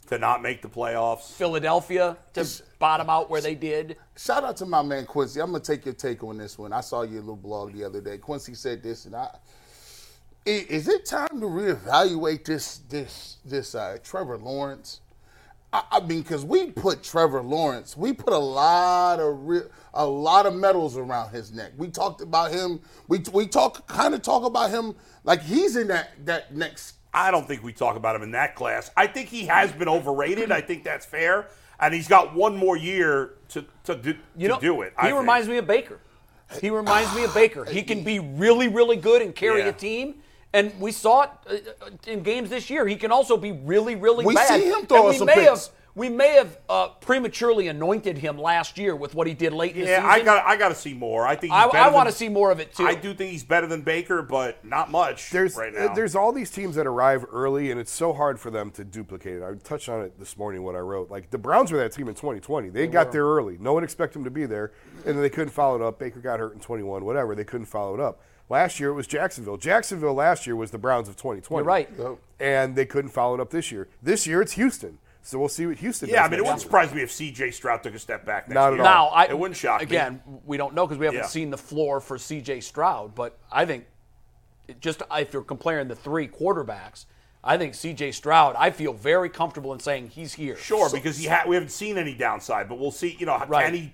C: to not make the playoffs.
D: Philadelphia to bottom out where they did.
F: Shout out to my man Quincy. I'm gonna take your take on this one. I saw your little blog the other day. Quincy said this, and I I- is it time to reevaluate this this this uh, Trevor Lawrence? I, I mean, because we put Trevor Lawrence, we put a lot of re- a lot of medals around his neck. We talked about him. We we talk kind of talk about him like he's in that that next.
C: I don't think we talk about him in that class. I think he has been overrated. I think that's fair. And he's got one more year to, to, do,
D: You
C: to
D: know,
C: do it.
D: He reminds me of Baker. He reminds me of Baker. He can be really, really good and carry
C: Yeah.
D: a team. And we saw it uh, uh, in games this year. He can also be really, really
F: We
D: bad.
F: see him throw
D: And
F: us
D: we
F: some
D: may
F: picks.
D: have we may have uh, prematurely anointed him last year with what he did late in the
C: Yeah,
D: season.
C: I got I got to see more. I think he's
D: I-
C: better
D: I wanna
C: than-
D: see more of it, too.
C: I do think he's better than Baker, but not much
E: There's
C: right now.
E: uh, there's all these teams that arrive early, and it's so hard for them to duplicate it. I touched on it this morning what I wrote. Like the Browns were that team in 2020. They, got there early. No one expected them to be there, and then they couldn't follow it up. Baker got hurt in 21. Whatever. They couldn't follow it up. Last year it was Jacksonville. Jacksonville last year was the Browns of 2020.
D: You're right.
E: And they couldn't follow it up this year. This year it's Houston. So we'll see what Houston.
C: yeah, I
E: does
C: mean, it
E: next
C: wouldn't
E: year.
C: surprise me if C.J. Stroud took a step back. Next
E: Not at
C: year.
E: all.
D: Now, I,
C: Oh, it wouldn't shock me.
D: again, we don't know because we haven't
C: Yeah.
D: seen the floor for C.J. Stroud. But I think, it just if you're comparing the three quarterbacks, I think C.J. Stroud. I feel very comfortable in saying he's here.
C: Sure, because he ha- we haven't seen any downside, but we'll see. You know,
D: Right.
C: can he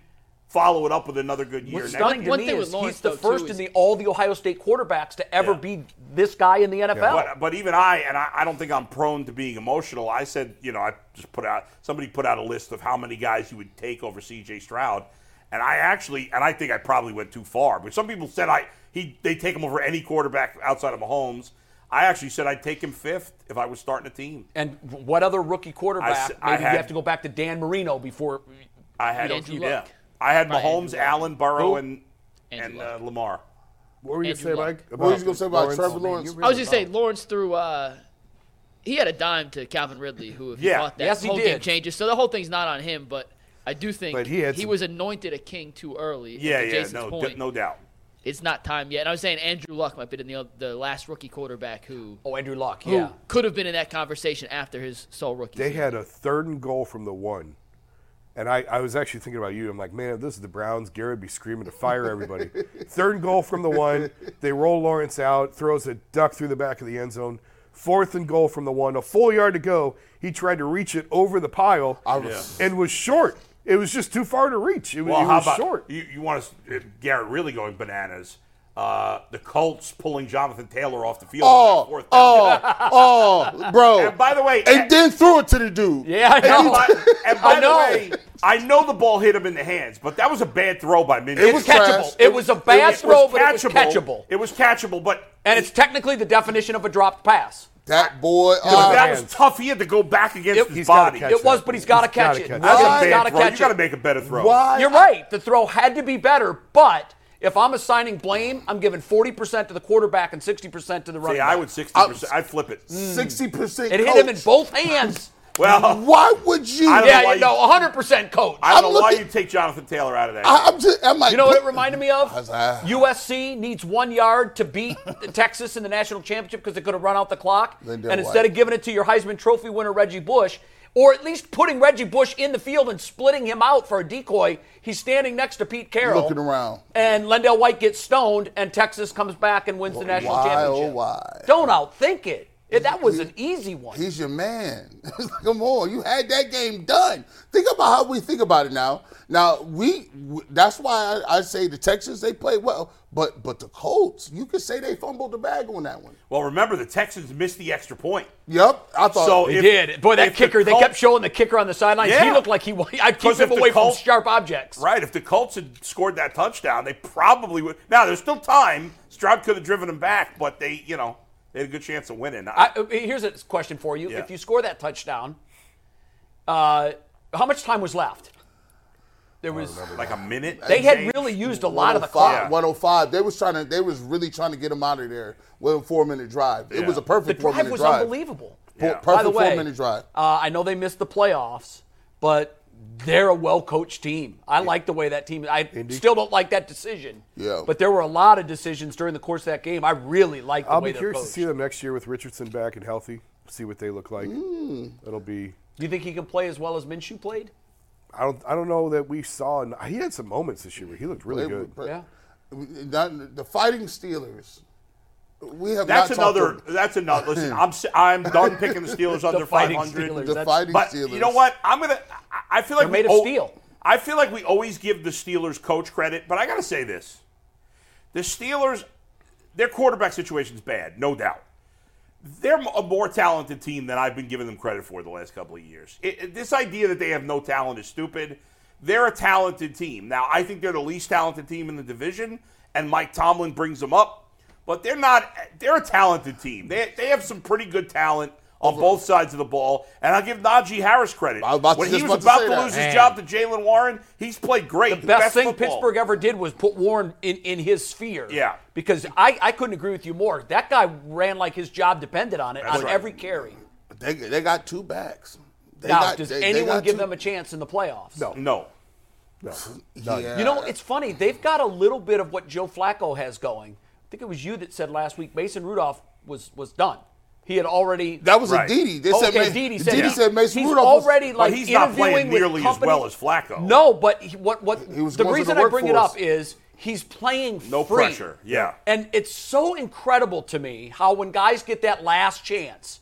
C: follow it up with another good year?
D: What's
C: next
D: stunning
C: year?
D: to
B: One
D: me
B: thing with
D: is
B: Lawrence,
D: he's the
B: though,
D: first
B: too,
D: in
B: is-
D: the all the Ohio State quarterbacks to ever
C: Yeah.
D: be this guy in the NFL.
C: But, but even I, and I, I don't think I'm prone to being emotional. I said, you know, I just put out, somebody put out a list of how many guys you would take over CJ Stroud. And I actually, and I think I probably went too far. But some people said I, he, they take him over any quarterback outside of Mahomes. I actually said I'd take him fifth if I was starting a team.
D: and what other rookie quarterback?
C: I s- I
D: maybe
C: had-
D: you have to go back to Dan Marino before.
C: I had,
B: Yeah, Andrew
C: yeah.
B: Luck.
C: I had
B: Probably
C: Mahomes,
B: Andrew Luck.
C: Allen, Burrow,
D: Who?
C: and and
B: Andrew
C: uh,
B: Luck.
C: Lamar.
E: What were you gonna say,
B: Andrew Luck.
E: Mike?
F: What was you gonna say about Trevor
E: Oh, man,
F: Lawrence?
E: you
B: I was just saying, Lawrence threw. Uh, he had a dime to Calvin Ridley, who if
C: Yeah.
B: you caught that
D: Yes, he
B: whole game
D: did.
B: changes. So the whole thing's not on him, but I do think
E: But he had some-
B: was anointed a king too early. and
C: Yeah,
B: to
C: yeah,
B: Jason's
C: no, d-
B: point,
C: no doubt.
B: It's not time yet. And I was saying Andrew Luck might be the, the last rookie quarterback who,
D: Oh, Andrew Luck.
B: who
D: Yeah.
B: could have been in that conversation after his sole rookie.
E: They
B: season.
E: had a third and goal from the one. And I, I was actually thinking about you. I'm like, man, if this is the Browns, Garrett would be screaming to fire everybody. third and goal from the one. They roll Lawrence out, throws a duck through the back of the end zone. Fourth and goal from the one, a full yard to go. He tried to reach it over the pile
F: I was-
E: and was short. It was just too far to reach. It, was-
C: Well,
E: it
C: how
E: was
C: about
E: short.
C: you? You want to Garrett really going bananas? Uh, the Colts pulling Jonathan Taylor off the field. on that
F: Oh,
C: fourth down.
F: oh, oh, bro.
C: And by the way,
F: and then threw it to the dude.
D: Yeah, I
C: and
D: know.
C: by, and by
D: I know.
C: the way, I know the ball hit him in the hands, but that was a bad throw by Minchie.
F: It
D: It's
F: was
D: catchable.
F: trash.
D: It was a bad throw, but it was
C: catchable.
D: catchable.
C: It was catchable, but
D: and it's technically the definition of a dropped pass.
F: That boy.
C: but
F: uh,
C: that
E: hands.
C: was tough. He had to go back against
D: It-
C: his
E: he's gotta
C: body.
E: catch
C: That's
D: It was, but he's got to
E: He's gotta
D: catch it.
E: catch it.
D: He's
C: a
D: got
C: bad
D: to
C: throw. You
D: catch
C: got to
D: it.
C: make a better throw.
F: why?
D: You're right. The throw had to be better, but if I'm assigning blame, I'm giving 40% to the quarterback and 60% to the running
C: See, I
D: back.
C: would sixty percent. I flip it.
F: Sixty percent.
D: It hit him in both hands.
C: Well,
F: Mm. Why would you?
C: I don't
D: yeah,
C: why
D: you know, 100% coach.
C: I don't
F: I'm
C: know why you
F: looking-
C: take Jonathan Taylor out of that.
F: I, am just. I'm like.
D: You know what it reminded me of?
F: was, ah.
D: USC needs one yard to beat Texas in the national championship because they could have run out the clock.
F: They
D: And
F: did
D: instead
F: what?
D: of giving it to your Heisman Trophy winner Reggie Bush, or at least putting Reggie Bush in the field and splitting him out for a decoy, he's standing next to Pete Carroll.
F: Looking around.
D: And Lendell White gets stoned, and Texas comes back and wins the national
F: why,
D: championship.
F: oh, why?
D: Don't outthink it. It- that was an easy one.
F: He's your man. It's like, Come on, you had that game done. Think about how we think about it now. Now we, w- that's why I, I say the Texans they played well, but but the Colts, you could say they fumbled the bag on that one.
C: Well, remember the Texans missed the extra point.
F: Yep, I thought.
C: So
D: They
C: if-
D: did. Boy, that
C: if the
D: kicker, they
C: Colts-
D: kept showing the kicker on the sidelines. He
C: Yeah.
D: looked like he, I'd
C: 'Cause
D: keep
C: if
D: him
C: the
D: away
C: Colts-
D: from sharp objects.
C: Right, if the Colts had scored that touchdown, they probably would. Now there's still time. Stroud could have driven them back, but they, you know, they had a good chance of winning.
D: I, uh, here's a question for you.
C: Yeah.
D: If you score that touchdown, uh, how much time was left? There was.
C: like a minute.
D: They had
C: change.
D: really used a lot of the
F: 105,
D: clock.
F: 105. They was trying to. They was really trying to get him out of there with a four minute drive. It was a
D: The
F: perfect four
D: drive
F: minute
D: was
F: drive.
D: unbelievable.
F: Per-
C: Yeah.
F: Perfect
D: By the way,
F: four minute drive.
D: Uh, I know they missed the playoffs, but they're a well coached team. I like the way that team. I still don't like that decision.
F: Yeah.
D: But there were a lot of decisions during the course of that game. I really like the
E: I'll
D: way
E: be
D: they're
E: curious
D: coached.
E: to see them next year with Richardson back and healthy. See what they look like.
F: Hmm.
E: It'll be.
D: Do you think he can play as well as Minshew played?
E: I don't. I don't know that we saw. He had some moments this year where he looked really
F: They were
E: good.
F: per-
D: Yeah.
F: Not- the fighting Steelers. We have
C: That's
F: not talked
C: another.
F: to-
C: That's another. Listen, I'm s- I'm done picking the Steelers under
D: Fighting
C: 500.
D: Steelers.
F: the
D: That's-
F: fighting
C: But
F: Steelers.
C: you know what? I'm gonna. I- I feel like
D: They're
C: we
D: made of
C: al-
D: steel.
C: I feel like we always give the Steelers coach credit, but I gotta say this: the Steelers, their quarterback situation's bad, no doubt. They're a more talented team than I've been giving them credit for the last couple of years. It, it- this idea that they have no talent is stupid. They're a talented team. Now, I think they're the least talented team in the division, and Mike Tomlin brings them up, but they're not. They're a talented team. They, they have some pretty good talent on both sides of the ball, and I'll give Najee Harris credit.
F: I was about to-
C: when
F: just
C: he
F: about
C: was
F: to
C: about
F: say
C: to,
F: that.
C: lose
B: Man.
C: his job to Jalen Warren, he's played great.
D: the best thing
C: football.
D: Pittsburgh ever did was put Warren in, in his sphere.
C: Yeah.
D: Because I, I couldn't agree with you more. That guy ran like his job depended on it
C: That's
D: on
C: right.
D: every carry.
F: They, they got two backs. They
D: Now,
F: got-
D: does
F: they- they
D: anyone
F: got
D: give
F: two-
D: them a chance in the playoffs?
E: No.
C: No.
E: No.
F: Yeah.
D: You
F: Uh,
D: know, it's funny. They've got a little bit of what Joe Flacco has going. I think it was you that said last week Mason Rudolph was was done. He had already.
F: that was
C: Right.
F: a Didi. They
D: okay,
F: said, Ma-
D: Didi said,
F: Didi
D: that.
F: said Mason
D: he's
F: Rudolph was-
D: already like
C: he's not playing
D: interviewing with
C: nearly as
D: companies-
C: well as Flacco.
D: No, but he, what what
F: He was
D: the
F: going to the
D: reason I bring it
F: workforce.
D: up is he's playing
C: No
D: free.
C: pressure. Yeah.
D: And it's so incredible to me how when guys get that last chance,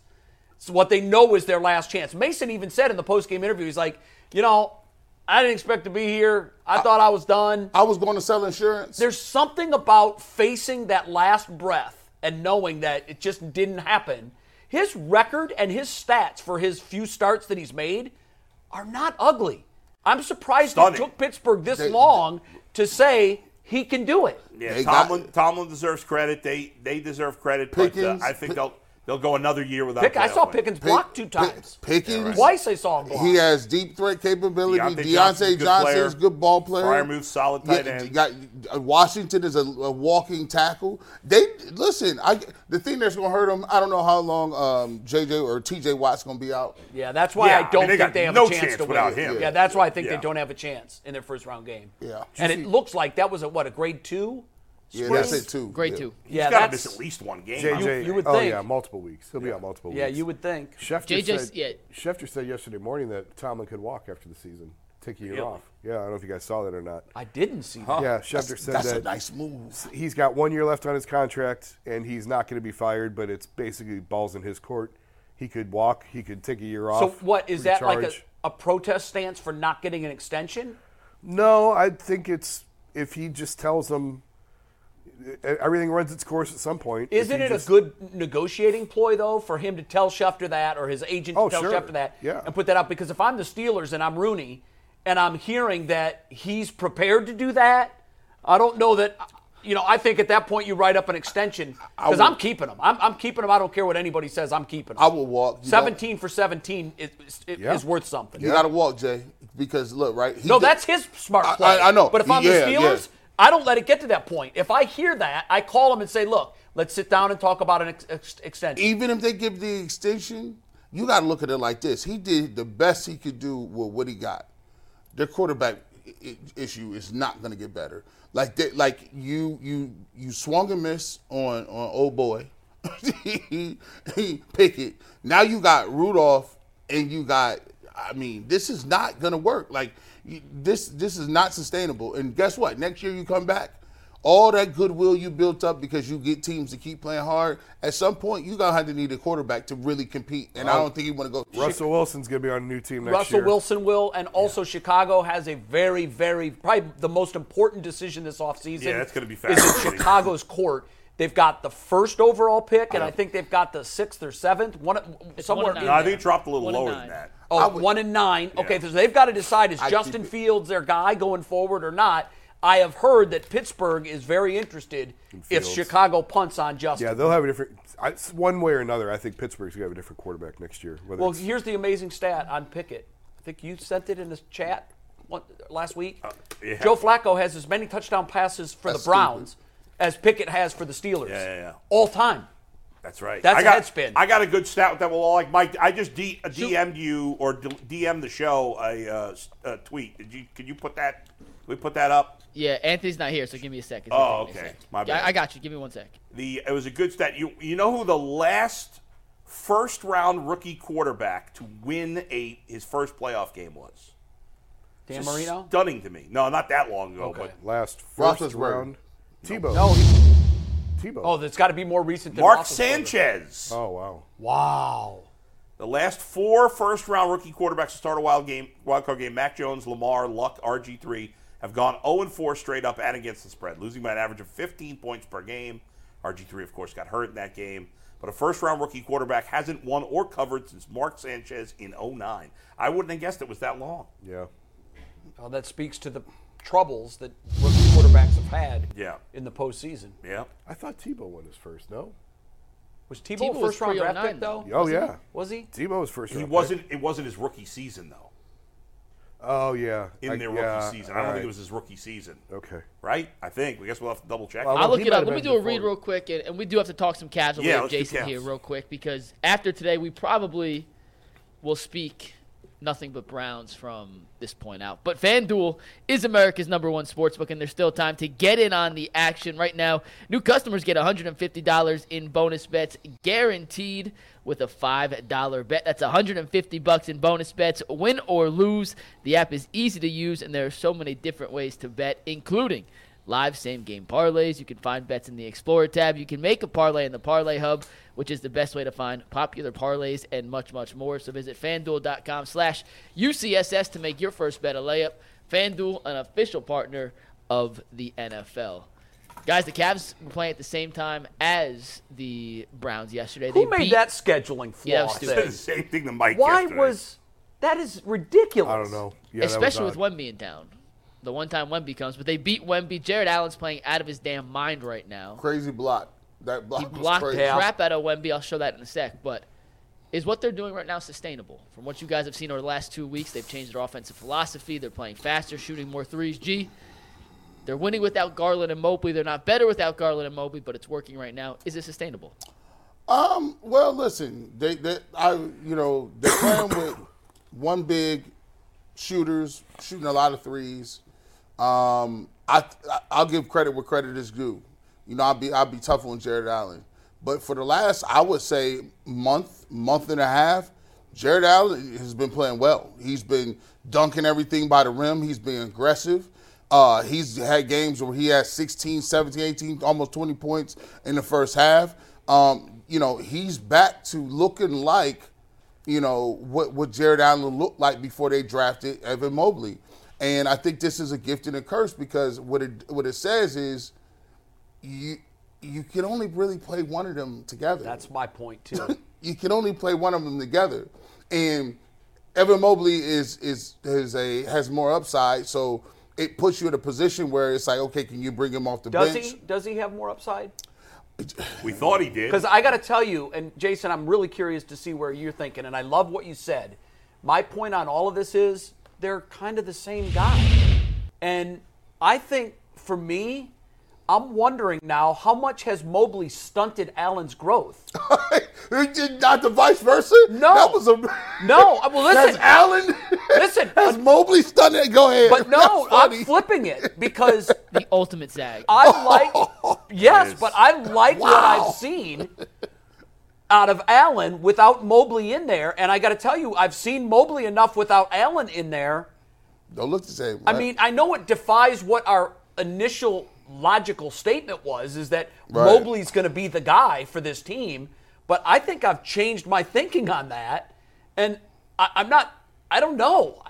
D: it's what they know is their last chance. Mason even said in the postgame interview, he's like, you know, I didn't expect to be here. I, thought I was done.
F: I was going to sell insurance.
D: There's something about facing that last breath and knowing that it just didn't happen. His record and his stats for his few starts that he's made are not ugly. I'm surprised
C: Stunning.
D: it took Pittsburgh this
F: They-
D: long to say he can do it.
C: Yeah,
F: They
C: Tomlin
F: got-
C: Tomlin deserves credit. They they deserve credit,
F: Pickens-
C: but uh, I think they'll they'll go another year without. a
D: Pick, I
C: playoff
D: saw
C: win.
D: Pickens
F: Pick-
D: block two
F: Pick-
D: times.
F: Pickens.
D: Twice I saw him block.
F: He has deep threat capability.
C: Deontay
F: Deontay,
C: Johnson's
F: Johnson's,
C: a good
F: good,
C: player.
F: ball player.
C: Fryermuth's solid tight end.
F: you got- uh, Washington is a, a walking tackle. They listen. I the thing that's going to hurt them. I don't know how long um, JJ or TJ Watt's going to be out.
D: yeah, that's why
C: Yeah,
D: I
C: I
D: don't
C: mean, they got
D: think they have
C: no
D: a chance,
C: chance
D: to win.
C: without him.
D: Yeah, that's why I think
C: Yeah.
D: they don't have a chance in their first round game.
F: Yeah.
D: And it looks like that was a what a grade two
F: Yeah, that's
D: Springs-
F: it too.
B: Grade
F: Yeah.
B: two.
D: Yeah,
C: got to
D: that's-
C: miss at least one game.
E: JJ,
D: you would
E: oh
D: think.
E: yeah, multiple weeks. He'll be out multiple
D: Yeah,
E: weeks.
D: you would think.
E: Schefter
B: JJ 's-
E: said,
B: yeah.
E: Schefter said yesterday morning that Tomlin could walk after the season, take a year off. Yeah, I don't know if you guys saw that or not.
D: I didn't see that.
E: Yeah, Schefter said
F: That's
E: that
F: a nice move.
E: he's got one year left on his contract, and he's not going to be fired. But it's basically balls in his court. He could walk. He could take a year
D: So
E: off.
D: what is that like
E: recharge.
D: a, a protest stance for not getting an extension?
E: No, I think it's if he just tells them e, everything runs its course at some point. If
D: Isn't
E: he
D: it
E: just-
D: a good negotiating ploy though for him to tell Schefter that or his agent to
E: Oh,
D: tell
E: sure.
D: Schefter that
E: Yeah.
D: and put that up? Because if I'm the Steelers and I'm Rooney and I'm hearing that he's prepared to do that, I don't know that. You know, I think at that point you write up an extension because I'm keeping him. I'm, I'm keeping him. I don't care what anybody says. I'm keeping him.
F: I will walk. You gotta-
D: 17 for 17 is, is,
E: Yeah.
D: is worth something.
F: You got to walk, Jay, because look, right? He
D: No,
F: did-
D: that's his
F: I-
D: smart play.
F: I- I know.
D: But if I'm
F: Yeah,
D: the
F: yeah.
D: Steelers, I don't let it get to that point. If I hear that, I call him and say, "Look, let's sit down and talk about an ex- ex- extension."
F: even if they give the extension, you got to look at it like this. He did the best he could do with what he got. Their quarterback i- i- issue is not going to get better. Like they, like you you you swung and miss on on old boy, he, he Pickett. Now you got Rudolph and you got. I mean, this is not going to work. Like you, this this is not sustainable. And guess what? Next year you come back all that goodwill you built up because you get teams to keep playing hard. At some point, you gonna have to need a quarterback to really compete, and
B: Oh.
F: I don't think you want to go.
E: Russell Wilson's going to be on a new team next
D: Russell
E: year.
D: Wilson will, and also Chicago has a very, very probably the most important decision this offseason.
C: Yeah, that's gonna be
D: Is in
C: fascinating.
D: Chicago's court. They've got the first overall pick, and I think they've got the sixth or seventh. One somewhere.
B: one and
C: No, I
B: nine.
C: think it dropped a little
B: One and
C: lower than
B: nine.
C: that.
D: Oh, one and nine. Okay, so they've got to decide is
F: I
D: Justin
F: keep it.
D: Fields their guy going forward or not. I have heard that Pittsburgh is very interested if
E: Fields.
D: Chicago punts on Justin.
E: Yeah, they'll have a different. I, it's one way or another, I think Pittsburgh's going to have a different quarterback next year. Whether
D: well,
E: it's-
D: here's the amazing stat on Pickett. I think you sent it in the chat one, last week.
C: yeah.
D: Joe Flacco has as many touchdown passes for
F: That's
D: the Browns as Pickett has for the Steelers.
C: Yeah, yeah, yeah.
D: All time.
C: That's right.
D: That's
C: I got,
D: a head spin.
C: I got a good stat with that. Well, all like Mike, I just D, uh, DM'd you or d- DM'd the show a, uh, s- a tweet. Did you? Can you put that? Can we put that up.
B: Yeah, Anthony's not here, so give me a second.
C: Oh,
B: Give me a
C: okay.
B: sec.
C: My
B: I-
C: bad.
B: I, got you. Give me one sec.
C: The it was a good stat. You you know who the last first round rookie quarterback to win a his first playoff game was?
D: Dan
C: Just
D: Marino?
C: Stunning to me. No, not that long ago, but
E: last
F: Roethlisberger.
E: first round,
D: No.
E: Tebow.
D: Oh, He,
E: Tebow.
D: oh, that's got to be more recent than
C: Mark
D: Roethlisberger.
C: Sanchez.
E: Oh, wow.
D: Wow.
C: The last four first round rookie quarterbacks to start a wild game wild card game, Mac Jones, Lamar, Luck, RG three, have gone 0-4 straight up and against the spread, losing by an average of 15 points per game. RG three, of course, got hurt in that game. But a first round rookie quarterback hasn't won or covered since Mark Sanchez in 09. I wouldn't have guessed it was that long.
E: Yeah.
D: Well, that speaks to the troubles that rookie quarterbacks have had
C: Yeah.
D: in the postseason.
C: Yeah.
E: I thought Tebow won his first. No.
D: Was Tebow,
B: Tebow
D: a
B: was
D: first round draft
B: 309
D: pick, though?
E: Oh yeah.
D: Was he?
E: Tebow was first.
C: He
E: round
C: wasn't it wasn't his rookie season though.
E: Pick. Oh yeah.
C: In
E: I-
C: their rookie
E: yeah,
C: season. I don't
E: all
C: think
E: right.
C: it was his rookie season.
E: Okay.
C: Right? I think. I guess we'll have to double check.
E: Well,
B: I'll
E: he
B: look it
E: might
B: up.
E: have
B: Let me
E: been
B: do a
E: before.
B: read real quick, and, and we do have to talk some Cavs.
C: Yeah,
B: Yeah,
C: let's do
B: Jason here
C: Cavs.
B: real quick because after today, we probably will speak nothing but Browns from this point out. But FanDuel is America's number one sportsbook, and there's still time to get in on the action right now. New customers get $150 in bonus bets guaranteed with a $5 bet. That's 150 bucks in bonus bets, win or lose. The app is easy to use, and there are so many different ways to bet, including live same game parlays. You can find bets in the Explorer tab. You can make a parlay in the Parlay Hub, which is the best way to find popular parlays and much, much more. So visit fanduel.com slash UCSS to make your first bet a layup. FanDuel, an official partner of the NFL. Guys, the Cavs were playing at the same time as the Browns yesterday. They
D: Who made
B: beat-
D: that scheduling flaw?
B: Yeah, that was stupid.
C: the
D: thing?
C: same thing to Mike
D: Why
C: yesterday.
D: was that is ridiculous.
E: I don't know. Yeah, that was
B: especially with
E: odd.
B: Wemby down. The one time Wemby comes, but they beat Wemby. Jared Allen's playing out of his damn mind right now.
F: Crazy block. That block
B: he
F: was
B: blocked
F: crazy.
B: the crap out of Wemby. I'll show that in a sec. But is what they're doing right now sustainable? From what you guys have seen over the last two weeks, they've changed their offensive philosophy. They're playing faster, shooting more threes. G. They're winning without Garland and Mobley. They're not better without Garland and Mobley, but it's working right now. Is it sustainable?
F: Um. Well, listen. They. They. I. You know. They're playing with one big shooters shooting a lot of threes. Um. I. I- I'll give credit where credit is due. You know, I'll be I'll be tough on Jared Allen. But for the last, I would say month, month and a half, Jared Allen has been playing well. He's been dunking everything by the rim. He's been aggressive. Uh, he's had games where he had 16, 17, 18, almost 20 points in the first half. Um, you know, he's back to looking like, you know, what, what Jared Allen looked like before they drafted Evan Mobley. And I think this is a gift and a curse because what it what it says is you you can only really play one of them together.
D: That's my point too.
F: you can only play one of them together. And Evan Mobley is is is a has more upside, so it puts you in a position where it's like, okay, can you bring him off the
D: Does
F: bench?
D: he? Does he have more upside?
C: We thought he did.
D: Because I got to tell you, and Jason, I'm really curious to see where you're thinking, and I love what you said. My point on all of this is they're kind of the same guy. And I think for me, I'm wondering now how much has Mobley stunted Allen's growth?
F: Not the vice versa.
D: No.
F: that was a
D: No, uh, well,
F: Has
D: listen.
F: Allen?
D: Listen,
F: has Mobley done it? Go ahead.
D: But no,
F: That's funny.
D: I'm flipping it because
B: The ultimate zag.
D: I like yes,
C: Yes.
D: but I like what
F: Wow.
D: I've seen out of Allen without Mobley in there. And I got to tell you, I've seen Mobley enough without Allen in there.
F: Don't look the same.
D: I
F: right?
D: mean, I know it defies what our initial logical statement was is that
F: Right.
D: Mobley's going to be the guy for this team, but I think I've changed my thinking on that, and I, I'm not. I don't know.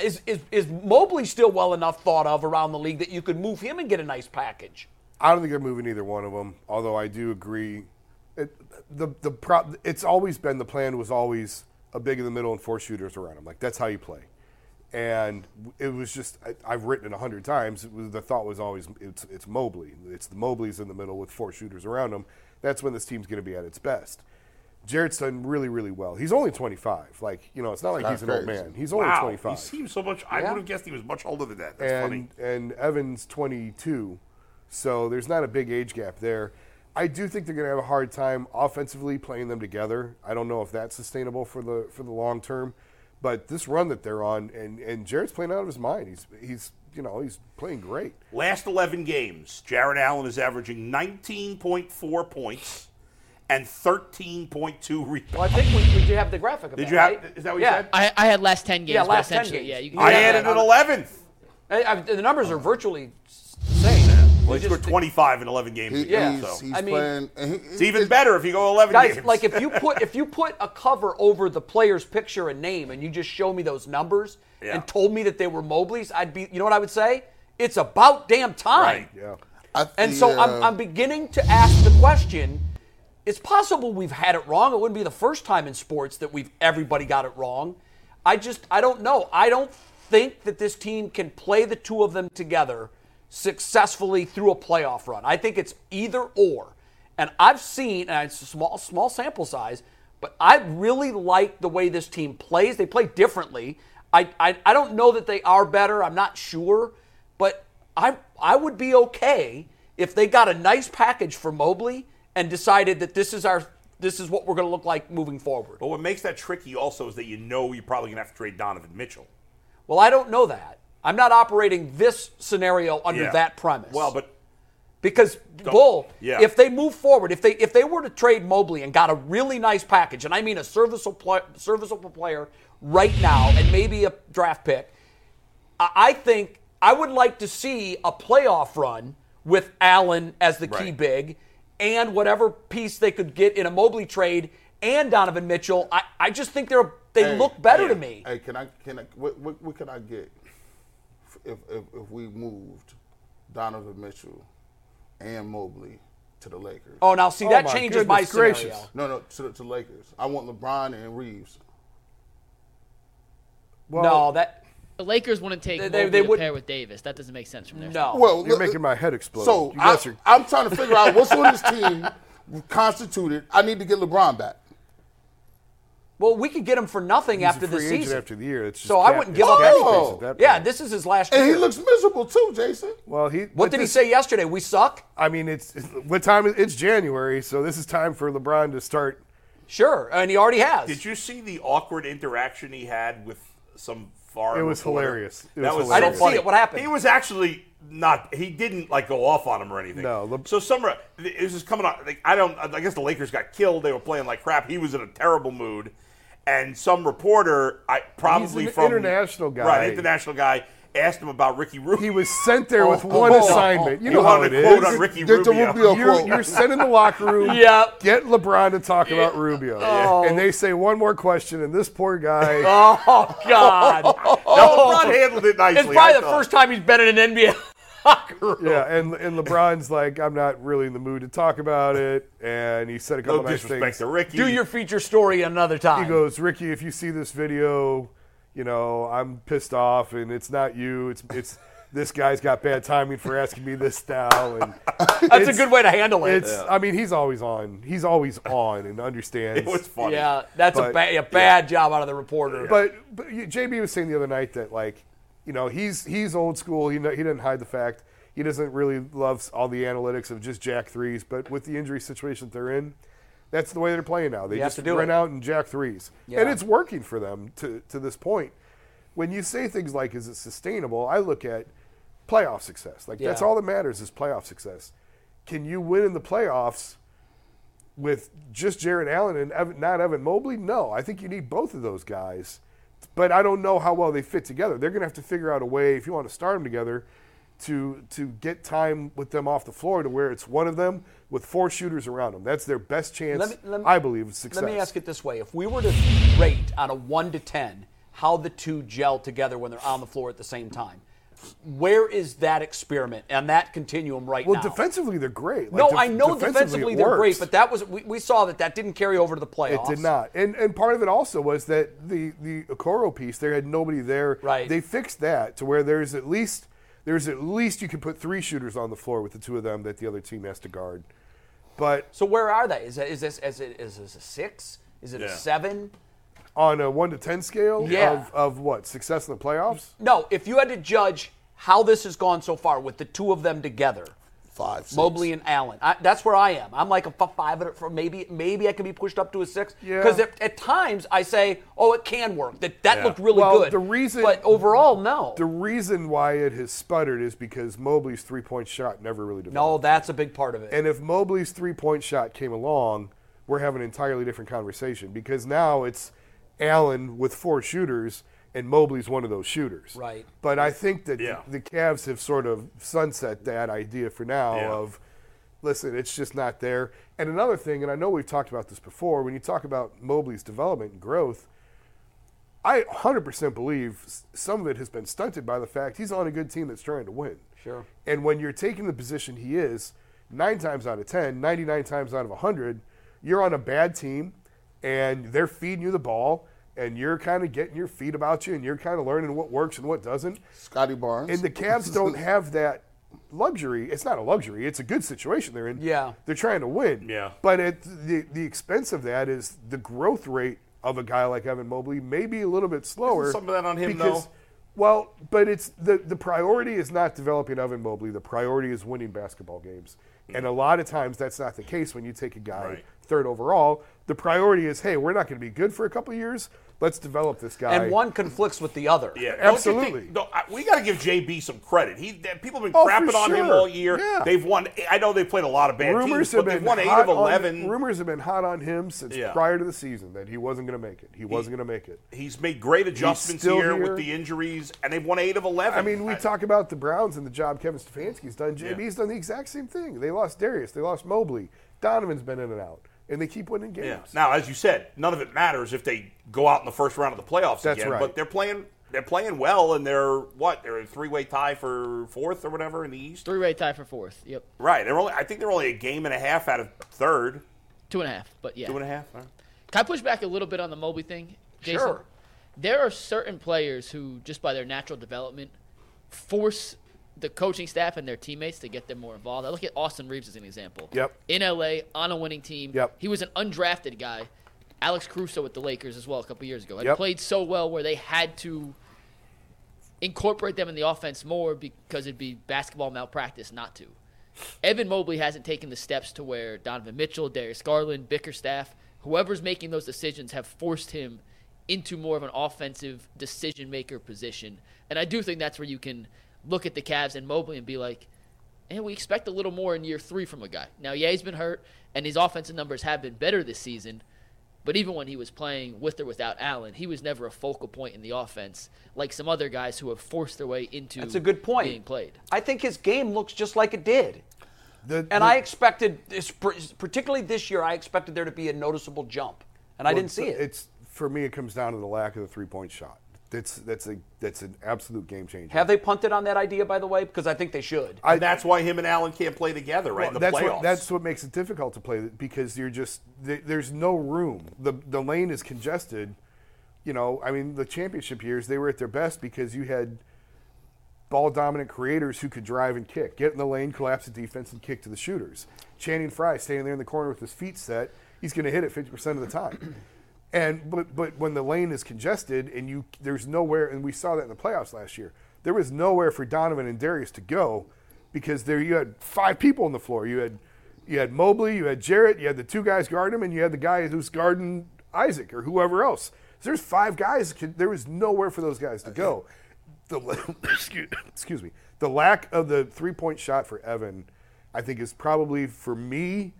D: Is, is is Mobley still well enough thought of around the league that you could move him and get a nice package?
E: I don't think I'm moving either one of them. Although I do agree, it, the the pro, it's always been the plan was always a big in the middle and four shooters around him. Like that's how you play. And it was just I, I've written it a hundred times. It was, the thought was always it's it's Mobley. It's the Mobleys in the middle with four shooters around him. That's when this team's going to be at its best. Jared's done really really well. He's only 25. Like you know, it's not like he's an old
F: crazy.
E: man. He's only
C: wow,
E: 25
C: he seems so much. I would have guessed he was much older than that. That's funny.
E: and and Evans 22, so there's not a big age gap there. I do think they're going to have a hard time offensively playing them together. I don't know if that's sustainable for the for the long term, but this run that they're on and and Jared's playing out of his mind. He's he's you know he's playing great.
C: Last 11 games, Jared Allen is averaging 19.4 points and 13.2
D: Well,
C: rebounds.
D: I think we, we do have the graphic. Of
C: Did
D: that,
C: you have?
D: right?
C: Is that what
D: Yeah.
C: you said?
B: I, I had last ten games.
D: Yeah,
B: but
D: last 10
B: essentially,
D: games.
B: Yeah, you can
D: I
C: I
B: do that.
C: added an 11th.
D: I, I, the numbers are virtually s- same. Well,
C: He scored 25 in 11 games.
F: He-
C: together,
D: yeah,
F: he's,
C: so.
F: he's
D: I mean-
F: playing. and he-
C: it's even better if you go 11
D: guys
C: games.
D: like if you put if you put a cover over the player's picture and name and you just show me those numbers
C: Yeah.
D: and told me that they were mobley's i'd be you know what i would say it's about damn time
C: Right.
E: Yeah,
F: I
D: and so I'm,
F: yeah.
D: I'm beginning to ask the question it's possible we've had it wrong it wouldn't be the first time in sports that we've everybody got it wrong i just i don't know i don't think that this team can play the two of them together successfully through a playoff run i think it's either or and i've seen and it's a small small sample size but i really like the way this team plays they play differently i i, I don't know that they are better i'm not sure but I I would be okay if they got a nice package for Mobley and decided that this is our this is what we're going to look like moving forward.
C: but what makes that tricky also is that you know you're probably going to have to trade Donovan Mitchell.
D: Well, I don't know that. I'm not operating this scenario under
C: Yeah.
D: that premise.
C: Well, but
D: because Bull,
C: yeah.
D: if they move forward, if they if they were to trade Mobley and got a really nice package, and I mean a serviceable pl- serviceable player right now, and maybe a draft pick, I, I think I would like to see a playoff run with Allen as the key
C: Right.
D: big, and whatever piece they could get in a Mobley trade and Donovan Mitchell. I, I just think they're they
F: Hey,
D: look better to
C: yeah.
D: me.
F: Hey, can I? Can I? What, what, what can I get if, if if we moved Donovan Mitchell and Mobley to the Lakers?
D: Oh, now see
E: Oh,
D: that
E: my
D: changes my
E: goodness gracious.
D: scenario.
F: No, no, to the to the Lakers. I want LeBron and Reeves.
D: no, that
B: The Lakers wouldn't take
D: They-
B: they,
D: they-
B: Mobley
D: they
B: to
D: would-
B: pair with Davis. That doesn't make sense from there.
D: no.
F: Well,
E: you're
F: look-
E: making my head explode.
F: So
E: you
F: I,
E: guys are-
F: I'm trying to figure out what's on this team constituted. I need to get LeBron back.
D: Well, we could get him for nothing
E: he's a
D: after the
E: free agent
D: season.
E: after the year. It's just
D: So I
E: cap-
D: wouldn't
E: it's
D: give up
E: cap
F: anything.
E: space at that
D: Yeah,
E: point.
D: this is his last
F: And
D: year.
F: he looks miserable too, Jason.
E: Well, he
D: what
E: but
D: did he
E: this-
D: say yesterday? We suck?
E: I mean, it's, it's what time is it's January, so this is time for LeBron to start.
D: Sure. And he already has.
C: did you see the awkward interaction he had with some far.
E: It
C: in
E: was
C: the corner.
E: hilarious. It
C: that
E: was
C: was
E: hilarious. I didn't
C: so
E: see
C: funny.
D: it. What happened?
C: He was actually not. He didn't like go off on him or anything.
E: No, Le-
C: so uh, summer this is coming on. Like, I don't. I guess the Lakers got killed. They were playing like crap. He was in a terrible mood, and some reporter, I probably
E: an
C: from
E: international guy.
C: right? International guy asked him about Ricky Rubio.
E: He was sent there with
F: Oh,
E: one
F: oh,
E: assignment.
F: oh,
E: You
C: He
E: know how
C: wanted
E: it
C: a quote
E: is.
C: on Ricky
F: Get the Rubio
E: You're,
F: quote.
E: you're sent in the locker room.
D: Yeah.
E: Get LeBron to talk about Rubio. And they say one more question, and this poor guy.
D: Oh God!
C: No, LeBron handled it nicely.
D: it's probably
C: I
D: the
C: thought.
D: first time he's been in an NBA locker room.
E: Yeah, and and LeBron's like, I'm not really in the mood to talk about it, and he said a couple
C: No
E: nice
C: disrespect
E: things.
C: to Ricky.
D: Do your feature story another time.
E: He goes, Ricky, if you see this video, you know I'm pissed off, and it's not you. It's it's this guy's got bad timing for asking me this now, and
D: That's a
E: it's-
D: good way to handle it.
E: It's I mean he's always on. He's always on and understands.
C: It was funny.
D: yeah, that's a,
E: But-
D: ba- a bad job out of the reporter.
E: But, but you- JB was saying the other night that like, you know, he's he's old school. He no, he didn't hide the fact. He doesn't really love all the analytics of just jack threes. But with the injury situation that they're in, that's the way they're playing now. They
D: You have
E: just
D: to do
E: run
D: it.
E: out and jack threes,
D: Yeah.
E: and it's working for them to to this point. When you say things like "Is it sustainable?" I look at playoff success. Like that's
D: Yeah.
E: all that matters is playoff success. Can you win in the playoffs? with just Jared Allen and Evan, not Evan Mobley? No, I think you need both of those guys. But I don't know how well they fit together. They're going to have to figure out a way if you want to start them together to to get time with them off the floor to where it's one of them with four shooters around them. That's their best chance,
D: Let me- let me-
E: I believe, of success.
D: Let me ask it this way: If we were to rate on a one to ten how the two gel together when they're on the floor at the same time, where is that experiment and that continuum right
E: Well,
D: now?
E: defensively they're great. Like,
D: No,
E: def-
D: I know
E: defensively,
D: defensively,
E: it
D: they're great,
E: works.
D: but that was we, we saw that that didn't carry over to the playoffs.
E: It did not. And and part of it also was that the the Okoro piece, there had nobody there.
D: Right.
E: They fixed that to where there's at least there's at least you can put three shooters on the floor with the two of them that the other team has to guard. But
D: So where are they? Is that is this is it is this a six? Is it a
C: Yeah.
D: seven?
E: on a one to ten scale
D: Yeah.
E: of, of what? Success in the playoffs?
D: No, if you had to judge how this has gone so far with the two of them together,
F: Five. Six.
D: Mobley and Allen, I, that's where I am. I'm like a f- five and a- for maybe maybe I can be pushed up to a six
E: Yeah.
D: because at, at times I say, oh, it can work. That that
C: Yeah.
D: looked really
E: Well,
D: good.
E: the reason-
D: but overall, no,
E: The reason why it has sputtered is because Mobley's three point shot never really developed.
D: no, that's a big part of it.
E: And if Mobley's three point shot came along, we're having an entirely different conversation because now it's Allen with four shooters and Mobley's one of those shooters.
D: Right.
E: But I think that
C: Yeah.
E: the Cavs have sort of sunset that idea for now
C: Yeah.
E: of listen, it's just not there. And another thing, and I know we've talked about this before, when you talk about Mobley's development and growth, I 100% believe s- some of it has been stunted by the fact he's on a good team that's trying to win.
D: Sure.
E: And when you're taking the position he is, nine times out of 10, 99 times out of 100, you're on a bad team and they're feeding you the ball and you're kind of getting your feet about you and you're kind of learning what works and what doesn't.
F: Scotty Barnes.
E: And the Cavs don't have that luxury. It's not a luxury. It's a good situation they're in.
D: Yeah.
E: They're trying to win.
C: Yeah.
E: But at the the expense of that is the growth rate of a guy like Evan Mobley may be a little bit slower.
C: Isn't some of that on him, though?
E: Well, but it's the the priority is not developing Evan Mobley. The priority is winning basketball games. And a lot of times that's not the case when you take a guy
C: Mm. Right.
E: third overall. The priority is, hey, we're not going to be good for a couple of years. Let's develop this guy.
D: and one conflicts with the other.
C: Yeah,
E: Absolutely.
C: Don't you think, no, I- we got to give JB some credit. He that- people have been
E: Oh, for
C: crapping on him
E: sure.
C: all year.
E: Yeah.
C: They've won. I know they played a lot of bad
E: rumors
C: teams,
E: have
C: but they've
E: been
C: won eight
E: hot
C: of eleven.
E: On, rumors have been hot on him since
C: Yeah.
E: prior to the season that he wasn't going to make it. He wasn't going to make it.
C: He's made great adjustments
E: still
C: here,
E: here.
C: with the injuries, and they've won eight of eleven.
E: I mean, we talk about the Browns and the job Kevin Stefanski's done. JB's done the exact same thing. They lost Darius. They lost Mobley. Donovan's been in and out, and they keep winning games.
C: Yeah. Now, as you said, none of it matters if they go out in the first round of the playoffs
E: That's
C: again.
E: right.
C: But they're playing. They're playing well, and they're what? They're a three-way tie for fourth or whatever in the East.
B: Three way tie for fourth. Yep.
C: Right. They're only. I think they're only a game and a half out of third.
B: Two and a half. But yeah.
C: Two and a half. All right.
B: Can I push back a little bit on the Mobley thing? Jason?
D: Sure.
B: There are certain players who, just by their natural development, force the coaching staff and their teammates to get them more involved. I look at Austin Reeves as an example.
E: Yep.
B: In LA, on a winning team.
E: Yep.
B: He was an undrafted guy. Alex Crusoe with the Lakers as well a couple years ago. Had
E: Yep.
B: played so well where they had to incorporate them in the offense more because it'd be basketball malpractice not to. Evan Mobley hasn't taken the steps to where Donovan Mitchell, Darius Garland, Bickerstaff, whoever's making those decisions have forced him into more of an offensive decision maker position. And I do think that's where you can look at the Cavs and Mobley and be like, and we expect a little more in year three from a guy. Now, yeah, he's been hurt, and his offensive numbers have been better this season. But even when he was playing with or without Allen, he was never a focal point in the offense, like some other guys who have forced their way into
D: That's a good point.
B: being played.
D: I think his game looks just like it did.
E: The-
D: and
E: the-
D: I expected, this, particularly this year, I expected there to be a noticeable jump, and I
E: Well,
D: didn't see it.
E: it's- It's for me. It comes down to the lack of the three point shot. That's that's a that's an absolute game changer.
D: Have they punted on that idea, by the way? Because I think they should.
C: and that's why him and Allen can't play together, right? in the
E: that's
C: playoffs.
E: what that's what makes it difficult to play because you're just there- there's no room. The the lane is congested. You know, I mean, the championship years they were at their best because you had ball dominant creators who could drive and kick, get in the lane, collapse the defense, and kick to the shooters. Channing Frye standing there in the corner with his feet set, he's going to hit it 50% of the time. And but but when the lane is congested and you there's nowhere, and we saw that in the playoffs last year, there was nowhere for Donovan and Darius to go because there you had five people on the floor. You had you had Mobley, you had Jarrett, you had the two guys guarding him, and you had the guy who's guarding Isaac or whoever else. So there's five guys. There was nowhere for those guys to go the la- excuse, excuse me the lack of the three point shot for Evan, I think is probably for me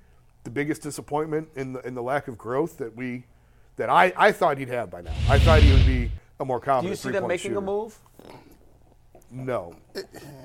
E: the biggest disappointment in the in the lack of growth that we that I, I thought he'd have by now. I thought he would be a more
D: Do
E: confident.
D: you see them
E: three-point
D: making
E: shooter.
D: a move?
E: No,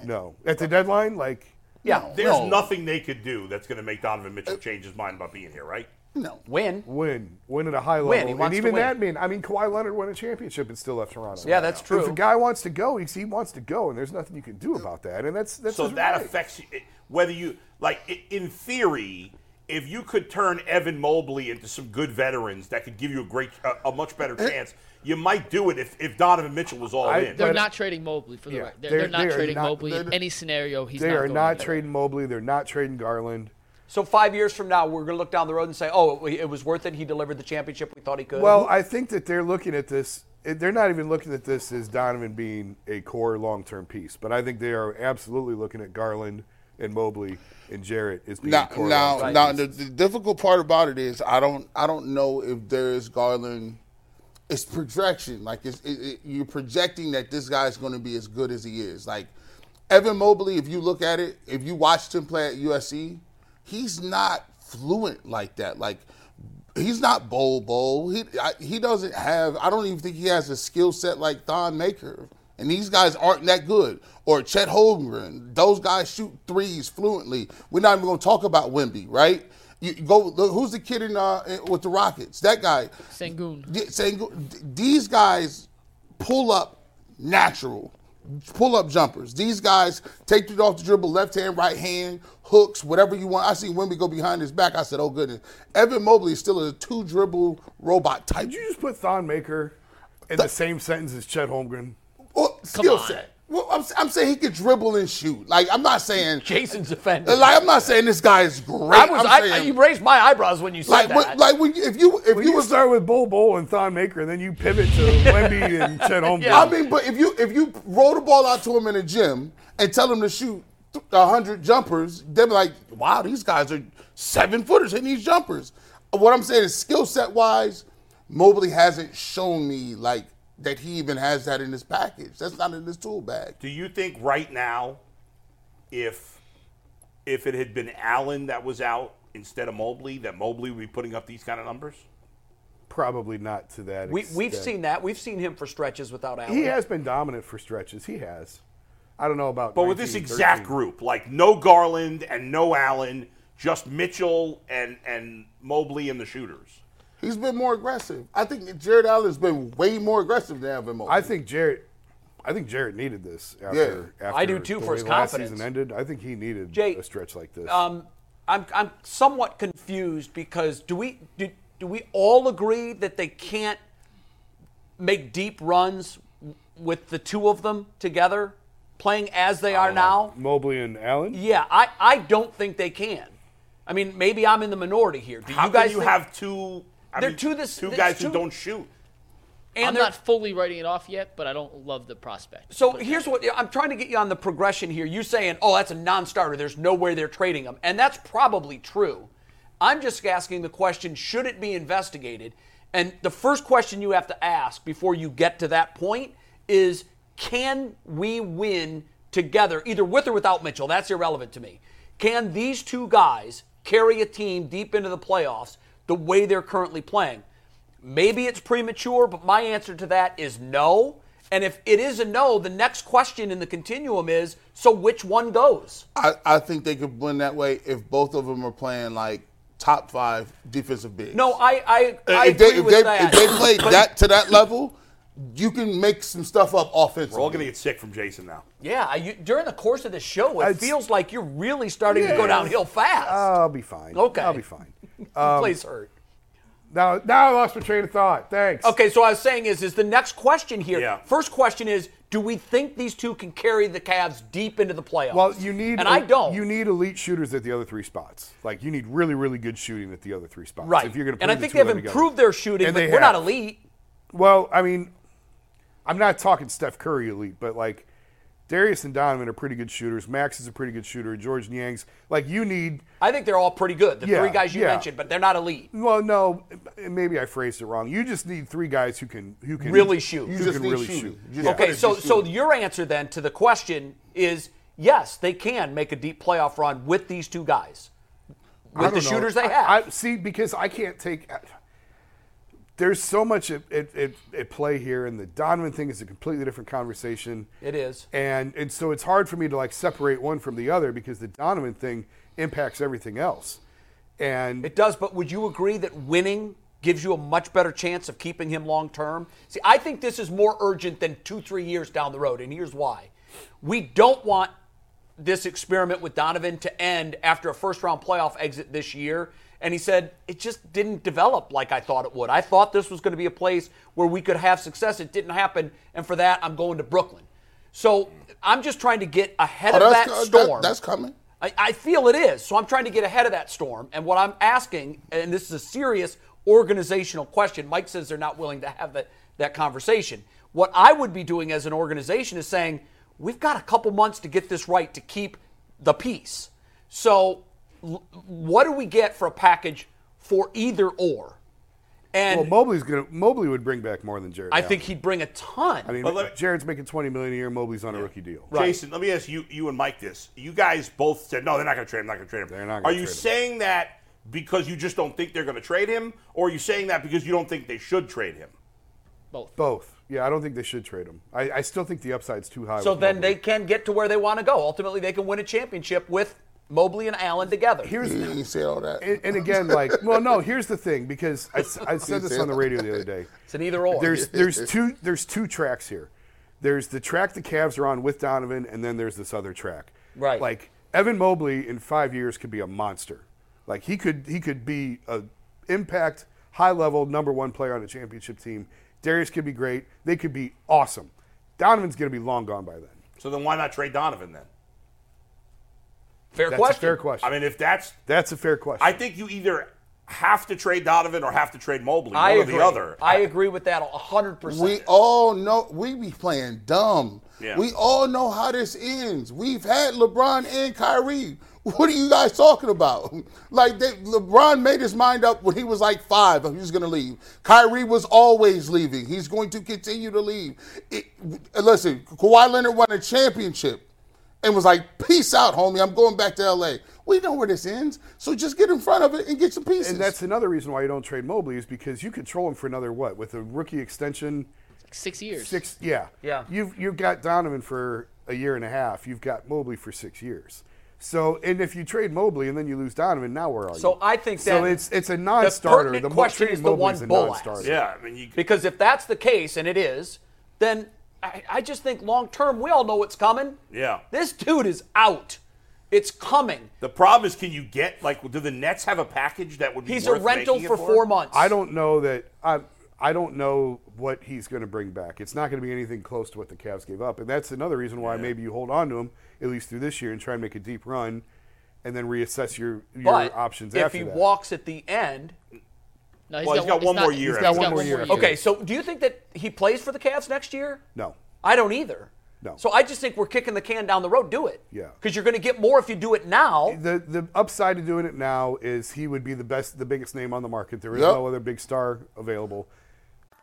E: no. At the deadline, like
D: Yeah,
C: There's nothing they could do that's going to make Donovan Mitchell change his mind about being here, right?
F: No.
D: win.
E: win, win at a high level,
D: Win. He
E: and
D: wants to
E: even
D: win.
E: that mean I mean Kawhi Leonard won a championship and still left Toronto.
D: Yeah, that's
E: If a
D: true.
E: guy wants to go, he's, he wants to go, and there's nothing you can do about that. And that's that's
C: So
E: his
C: that
E: right.
C: affects you, it- whether you like. i- In theory, if you could turn Evan Mobley into some good veterans that could give you a great, a, a much better chance, you might do it if, if Donovan Mitchell was all
E: Eh. I-
C: in.
B: They're
E: But-
B: not trading Mobley for the
E: Yeah,
B: right. They're,
E: they're-
B: they're not
E: they are
B: trading
E: not-
B: Mobley in
E: they're-
B: any scenario. He's
E: They
B: not
E: are
B: going
E: not
B: anywhere.
E: trading Mobley. They're not trading Garland.
D: So five years from now, we're going to look down the road and say, "Oh, it, it was worth it. He delivered the championship we thought he could."
E: Well, I think that they're looking at this. eh, They're not even looking at this as Donovan being a core long-term piece, but I think they are absolutely looking at Garland and Mobley and Jarrett as being
F: Now,
E: core.
F: now,
E: long-term
F: now
E: pieces.
F: the, the difficult part about it is I don't, I don't know if there is Garland. It's projection, like it's, it, it, you're projecting that this guy's going to be as good as he is. Like Evan Mobley, if you look at it, if you watched him play at USC, he's not fluent like that. Like he's not bowl bowl. He I, he doesn't have. I don't even think he has a skill set like Don Maker. And these guys aren't that good. Or Chet Holmgren. Those guys shoot threes fluently. We're not even going to talk about Wimby, right? You you go. Look, who's the kid in uh, in- with the Rockets? That guy.
B: Sengun.
F: Yeah, Sengun- th- These guys pull up natural, pull up jumpers. These guys take it off the dribble, left hand, right hand, hooks, whatever you want. I see Wimby go behind his back. I said, oh goodness. Evan Mobley is still a two dribble robot type.
E: did you just put Thon Maker in the same sentence as Chet Holmgren?
F: Well, skill
B: on.
F: set. Well, I'm, I'm saying he could dribble and shoot. Like I'm not saying.
D: Jason's offended.
F: Like I'm not saying this guy is great.
D: I was.
F: I'm
D: I,
F: saying-
D: you raised my eyebrows when you said
F: like,
D: that.
F: when, like when, you- if you if
E: Well,
F: you
E: you
F: was
E: start with Bull Bull and Thon Maker, and then you pivot to Wemby and Chet Holmgren.
F: I mean, but if you if you roll the ball out to him in the gym and tell him to shoot th- a hundred jumpers, they'll be like, "Wow, these guys are seven footers hitting these jumpers." What I'm saying is, skill set wise, Mobley hasn't shown me like that he even has that in his package. That's not in his tool bag.
C: Do you think right now, if if it had been Allen that was out instead of Mobley, that Mobley would be putting up these kind of numbers?
E: probably not to that.
D: we, we've
E: extent.
D: seen that. We've seen him for stretches without Allen.
E: He has been dominant for stretches. He has. I don't know about.
C: But with this
E: 19,
C: exact
E: 13.
C: group, like no Garland and no Allen, just Mitchell and and Mobley and the shooters.
F: He's been more aggressive. I think Jared Allen's been way more aggressive than Evan Mobley.
E: I think Jarrett. I think Jarrett needed this. After,
F: Yeah.
E: after
D: I do too
E: the
D: for
E: way
D: his
E: the last
D: confidence.
E: season ended. I think he needed
D: Jay, um,
E: a stretch like this.
D: I'm I'm somewhat confused because do we do, do we all agree that they can't make deep runs w- with the two of them together playing as they are now?
E: Mobley and Allen.
D: Yeah, I, I don't think they can. I mean, maybe I'm in the minority here. Do
C: How
D: you guys
C: can you
D: think-
C: have two? I
D: They're
C: mean,
D: two this-
C: two
D: this
C: guys
D: two-
C: who don't shoot.
D: and
B: I'm
D: they're-
B: not fully writing it off yet, but I don't love the prospect.
D: So
B: Put it
D: here's what I'm trying to get you on the progression here. You saying, "Oh, that's a non-starter. There's no way they're trading him," and that's probably true. I'm just asking the question: Should it be investigated? And the first question you have to ask before you get to that point is can we win together, either with or without Mitchell? That's irrelevant to me. Can these two guys carry a team deep into the playoffs the way they're currently playing? Maybe it's premature, but my answer to that is no. And if it is a no, the next question in the continuum is so which one goes?
F: I, I think they could win that way if both of them are playing like top five defensive bigs.
D: No, I I,
E: Uh,
D: I
F: if they
D: agree
F: if
D: with
F: they,
D: that.
F: if they play that to that level, you can make some stuff up offensively.
C: We're all going to get sick from Jason now.
D: yeah, I- you, during the course of the show, it
E: It's- Uh,
D: feels like you're really starting to go downhill fast.
E: I'll be fine.
D: Okay.
E: I'll be fine. um,
D: Plays hurt.
E: Now, now I lost my train of thought. Thanks.
D: Okay, so I was saying is is the next question here.
C: Yeah.
D: First question is, do we think these two can carry the Cavs deep into the playoffs?
E: Well, you need
D: and I don't.
E: You need elite shooters at the other three spots. Like you need really, really good shooting at the other three spots.
D: right.
E: If you're going to,
D: and I think they've improved their shooting,
E: And
D: but
E: they
D: we're not
E: have.
D: elite.
E: Well, I mean, I'm not talking Steph Curry elite, but like Darius and Donovan are pretty good shooters. Max is a pretty good shooter. George Niang's like you need.
D: I think they're all pretty good, the
E: Yeah,
D: three guys you
E: yeah.
D: mentioned, but they're not elite.
E: Well, no, maybe I phrased it wrong. You just need three guys who can who can
D: Really shoot.
E: Who
D: You
E: can
F: just need
E: really
F: shooting.
E: shoot.
F: You just
D: Okay,
F: But it's
D: so
F: just
D: so
F: you.
D: your answer then to the question is yes, they can make a deep playoff run with these two guys,
E: I
D: with the
E: don't know.
D: shooters they
E: I-
D: have.
E: I, see because I can't take. uh, There's so much at, at, at, at play here, and the Donovan thing is a completely different conversation.
D: It is.
E: and and so it's hard for me to like separate one from the other because the Donovan thing impacts everything else, and
D: It does, but would you agree that winning gives you a much better chance of keeping him long term? See, I think this is more urgent than two, three years down the road, and here's why. We don't want this experiment with Donovan to end after a first round playoff exit this year. And he said, it just didn't develop like I thought it would. I thought this was going to be a place where we could have success. It didn't happen. And for that, I'm going to Brooklyn. So I'm just trying to get ahead
F: Oh,
D: of that
F: that's, co- that-
D: storm.
F: that's coming.
D: I, I feel it is. So I'm trying to get ahead of that storm. And what I'm asking, and this is a serious organizational question, Mike says they're not willing to have that, that conversation. What I would be doing as an organization is saying, we've got a couple months to get this right to keep the peace. So l- what do we get for a package for either or? And
E: well Mobley's gonna Mobley would bring back more than Jared.
D: I
E: Allen.
D: think he'd bring a ton.
E: I mean,
C: But let-
E: Jared's making twenty million a year. Mobley's on a rookie deal.
C: Jason, let me ask you, you and Mike this. You guys both said no, they're not going to trade him. Not going to trade him.
E: They're not
C: Are
E: gonna
C: you
E: trade him.
C: saying that because you just don't think they're going to trade him, or are you saying that because you don't think they should trade him?
E: Both. Yeah, I don't think they should trade him. I, I still think the upside's too high.
D: so
E: with
D: then
E: Mobley.
D: they can get to where they want to go. Ultimately, they can win a championship with Mobley and Allen together.
E: here's
F: He ain't said all that.
E: and, and again, like, well, no. Here's the thing, because I, s- I said this on the radio the other day.
D: It's an either or.
E: There's there's two there's two tracks here. There's the track the Cavs are on with Donovan, and then there's this other track.
D: Right.
E: Like Evan Mobley in five years could be a monster. Like he could he could be a impact high level number one player on a championship team. Darius could be great. They could be awesome. Donovan's going to be long gone by then.
C: So then why not trade Donovan then?
D: fair
E: That's
D: question.
E: a fair question.
C: I mean, if that's,
E: That's a fair question.
C: I think you either have to trade Donovan or have to trade Mobley,
D: I
C: one
D: agree.
C: or the other.
D: I agree with that 100%.
F: We all know we be playing dumb.
C: Yeah.
F: We all know how this ends. We've had LeBron and Kyrie. What are you guys talking about? Like they, LeBron made his mind up when he was like five, he was going to leave. Kyrie was always leaving. He's going to continue to leave. It, listen, Kawhi Leonard won a championship and was like, "Peace out, homie. I'm going back to LA." We know where this ends, so just get in front of it and get some pieces.
E: and that's another reason why you don't trade Mobley is because you control him for another what with a rookie extension.
B: Six years.
E: Six, yeah,
D: Yeah.
E: You've you've got Donovan for a year and a half. You've got Mobley for six years. So, and if you trade Mobley and then you lose Donovan, now where are you?
D: so I think that
E: so it's it's a
D: the
E: non-starter.
D: pertinent
E: mo-
D: question
E: trading
D: is the one
E: Mobley's a
D: bull asked.
E: non-starter.
C: yeah, I mean, you could.
D: Because if that's the case, and it is, then I, I just think long term, we all know what's coming.
C: Yeah.
D: This dude is out. It's coming.
C: The problem is, can you get like? Do the Nets have a package that would be?
D: He's
C: worth
D: a rental
C: making it
D: for four months.
E: I don't know that I I don't know what he's going to bring back. It's not going to be anything close to what the Cavs gave up, and that's another reason why maybe you hold on to him at least through this year and try and make a deep run, and then reassess your your
D: But
E: options
D: if
E: after
D: he
E: that.
D: walks at the end,
B: No,
C: Well, he's got one
B: it's
C: more
B: not-
C: year
B: He's
C: after
B: got
C: that.
B: one more year.
D: okay. So do you think that he plays for the Cavs next year?
E: no,
D: I don't either.
E: No.
D: So I just think we're kicking the can down the road. Do it.
E: Yeah.
D: Because you're going to get more if you do it now.
E: the the upside to doing it now is he would be the best, the biggest name on the market. There is
F: Yep.
E: no other big star available.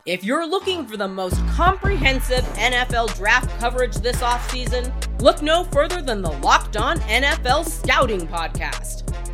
G: If you're looking for the most comprehensive NFL draft coverage this offseason, look no further than the Locked On NFL Scouting Podcast.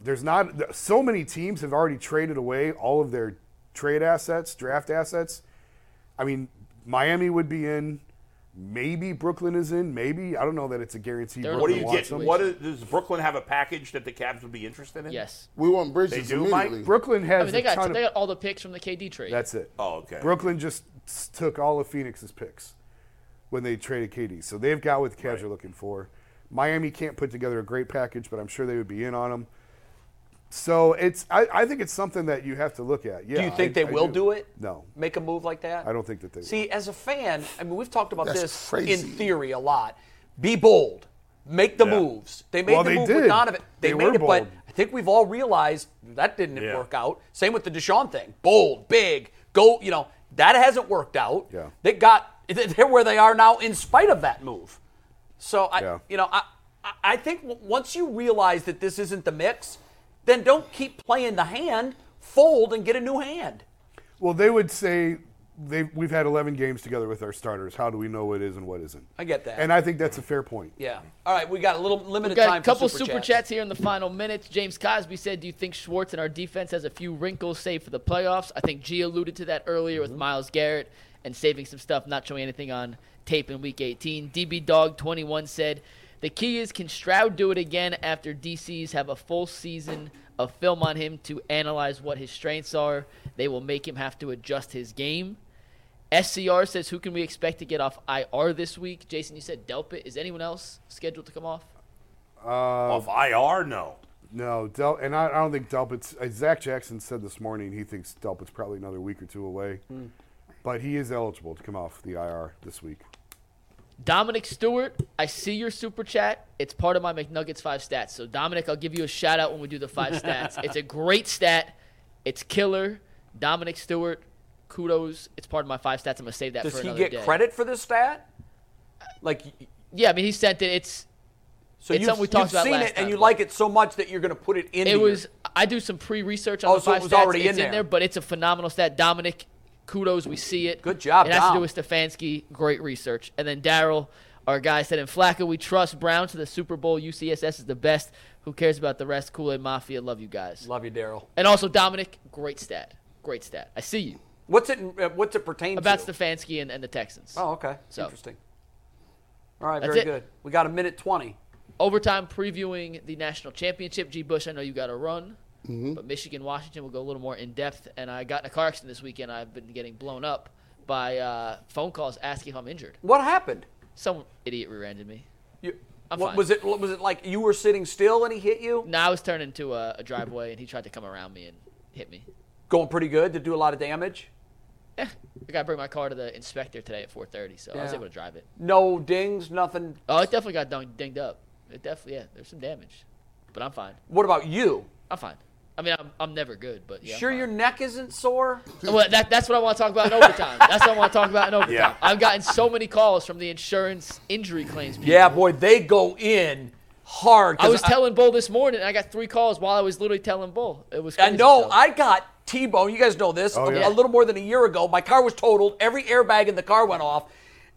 E: There's not th- so many teams have already traded away all of their trade assets, draft assets. I mean, Miami would be in. Maybe Brooklyn is in. Maybe I don't know that it's a guarantee.
B: They're-
C: What do
E: Brooklyn
C: you
E: wants
C: get?
E: him.
C: What is, does Brooklyn have a package that the Cavs would be interested in?
B: Yes.
F: We want Bridges
C: They do, Mike?
F: immediately.
E: Brooklyn has
B: I mean, they
E: a
B: got
E: ton
B: they
E: of.
B: got all the picks from the KD trade.
E: That's it.
C: Oh, okay.
E: Brooklyn just s- took all of Phoenix's picks when they traded KD. So they've got what the Cavs are looking for. Miami can't put together a great package, but I'm sure they would be in on them. So it's I, I think it's something that you have to look at. Yeah.
D: do you think
E: I-
D: they
E: I
D: will do. it?
E: No.
D: Make a move like that?
E: I don't think that they will.
D: See, as a fan, I mean, we've talked about
F: That's
D: this
F: crazy.
D: in theory a lot. Be bold. Make the
C: Yeah.
D: moves. They made
E: Well,
D: the
E: they
D: move with
E: did.
D: Donovan. They,
E: They
D: made
E: were
D: it, but
E: bold.
D: I think we've all realized that didn't
C: Yeah.
D: work out. Same with the Deshaun thing. Bold, big, go, you know, that hasn't worked out.
E: Yeah.
D: They got they're where they are now in spite of that move. So I
E: Yeah.
D: you know, I I- I think w- once you realize that this isn't the mix, then don't keep playing the hand, fold and get a new hand.
E: Well, they would say they we've had 11 games together with our starters. How do we know what is and what isn't?
D: I get that.
E: And I think that's a fair point.
D: Yeah. All right, we got a little limited
B: Got
D: time
B: a couple
D: for
B: super, chats here in the final minutes. James Cosby said, "Do you think Schwartz and our defense has a few wrinkles saved for the playoffs?" I think G alluded to that earlier
D: Mm-hmm.
B: with Miles Garrett and saving some stuff, not showing anything on tape in Week 18. DB Dog 21 said, "The key is can Stroud do it again after DCs have a full season of film on him to analyze what his strengths are? They will make him have to adjust his game." SCR says, "Who can we expect to get off IR this week?" Jason, you said Delpit. Is anyone else scheduled to come off?
C: Off IR, no.
E: No, Del, and I, I don't think Delpit's. Uh, Zach Jackson said this morning he thinks Delpit's probably another week or two away,
D: Hmm.
E: but he is eligible to come off the IR this week.
B: Dominic Stewart, I see your super chat. It's part of my McNuggets five stats. So Dominic, I'll give you a shout out when we do the five stats. It's a great stat. It's killer. Dominic Stewart, kudos. It's part of my five stats. I'm gonna save that
D: Does
B: for
D: he
B: another
D: get
B: day.
D: credit for this stat? Like, y-
B: Yeah, I mean he sent it. It's
D: so
B: It's
D: you've,
B: something we talked
D: you've
B: about
D: seen
B: last
D: it and
B: time.
D: you like it so much that you're going to put it in.
B: it was I do some pre research on
D: Oh,
B: the
D: so it
B: five
D: was
B: stats.
D: already in
B: it's
D: there.
B: in there, but it's a phenomenal stat. Dominic, kudos, we see it.
D: Good job,
B: It has
D: Dom.
B: to do with Stefanski. Great research. And then Daryl, our guy, said in Flacco, we trust Brown to the Super Bowl. UCSS is the best. Who cares about the rest? Kool Aid Mafia, love you guys.
D: Love you, Daryl.
B: And also Dominic, great stat. Great stat. I see you.
D: What's it? uh, What's it pertain
B: About
D: to?
B: Stefanski and, and the Texans.
D: Oh, okay.
B: So.
D: Interesting. All right,
B: That's
D: very
B: it.
D: good. We got a minute twenty.
B: Overtime previewing the national championship. G. Bush, I know you got a run,
D: Mm-hmm.
B: but Michigan, Washington will go a little more in depth. And I got in a car accident this weekend. I've been getting blown up by uh, phone calls asking if I'm injured.
D: What happened?
B: Some idiot rear-ended me.
D: You,
B: I'm
D: what
B: fine.
D: was it? what Was it like you were sitting still and he hit you?
B: Now I was turned into a, a driveway, and he tried to come around me and hit me.
D: Going pretty good to do a lot of damage.
B: Eh, I got to bring my car to the inspector today at 4:30, so I was
D: Yeah.
B: able to drive it.
D: No dings, nothing.
B: Oh, it definitely got dung- dinged up. It definitely, yeah, there's some damage, but I'm fine.
D: What about you?
B: I'm fine. I mean, I'm, I'm never good, but yeah. I'm
D: sure,
B: fine.
D: your neck isn't sore.
B: Well, that, that's what I want to talk about in overtime. That's what I want to talk about in overtime.
C: Yeah.
B: I've gotten so many calls from the insurance injury claims. People.
D: Yeah, boy, they go in hard. 'cause
B: I was telling Bull this morning, and I got three calls while I was literally telling Bull. It was.
D: I
B: crazy.
D: know.
B: So,
D: I got T-bone. You guys know this.
B: Oh,
D: a,
E: yeah.
D: a little more than a year ago, my car was totaled. Every airbag in the car went off,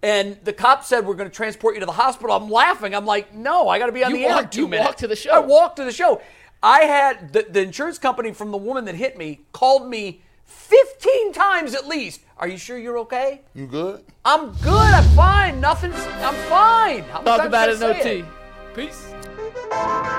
D: and the cop said, "We're going to transport you to the hospital." I'm laughing. I'm like, "No, I got to be on
B: You
D: the air." in
B: walked-
D: two
B: you
D: minutes."
B: walked to the show.
D: I walked to the show. I had the, the insurance company from the woman that hit me called me 15 times at least. Are you sure you're okay?
F: You good?
D: I'm good. I'm fine. Nothing's. I'm fine. How many
B: talk
D: times
B: about it in
D: can I say
B: OT. Peace.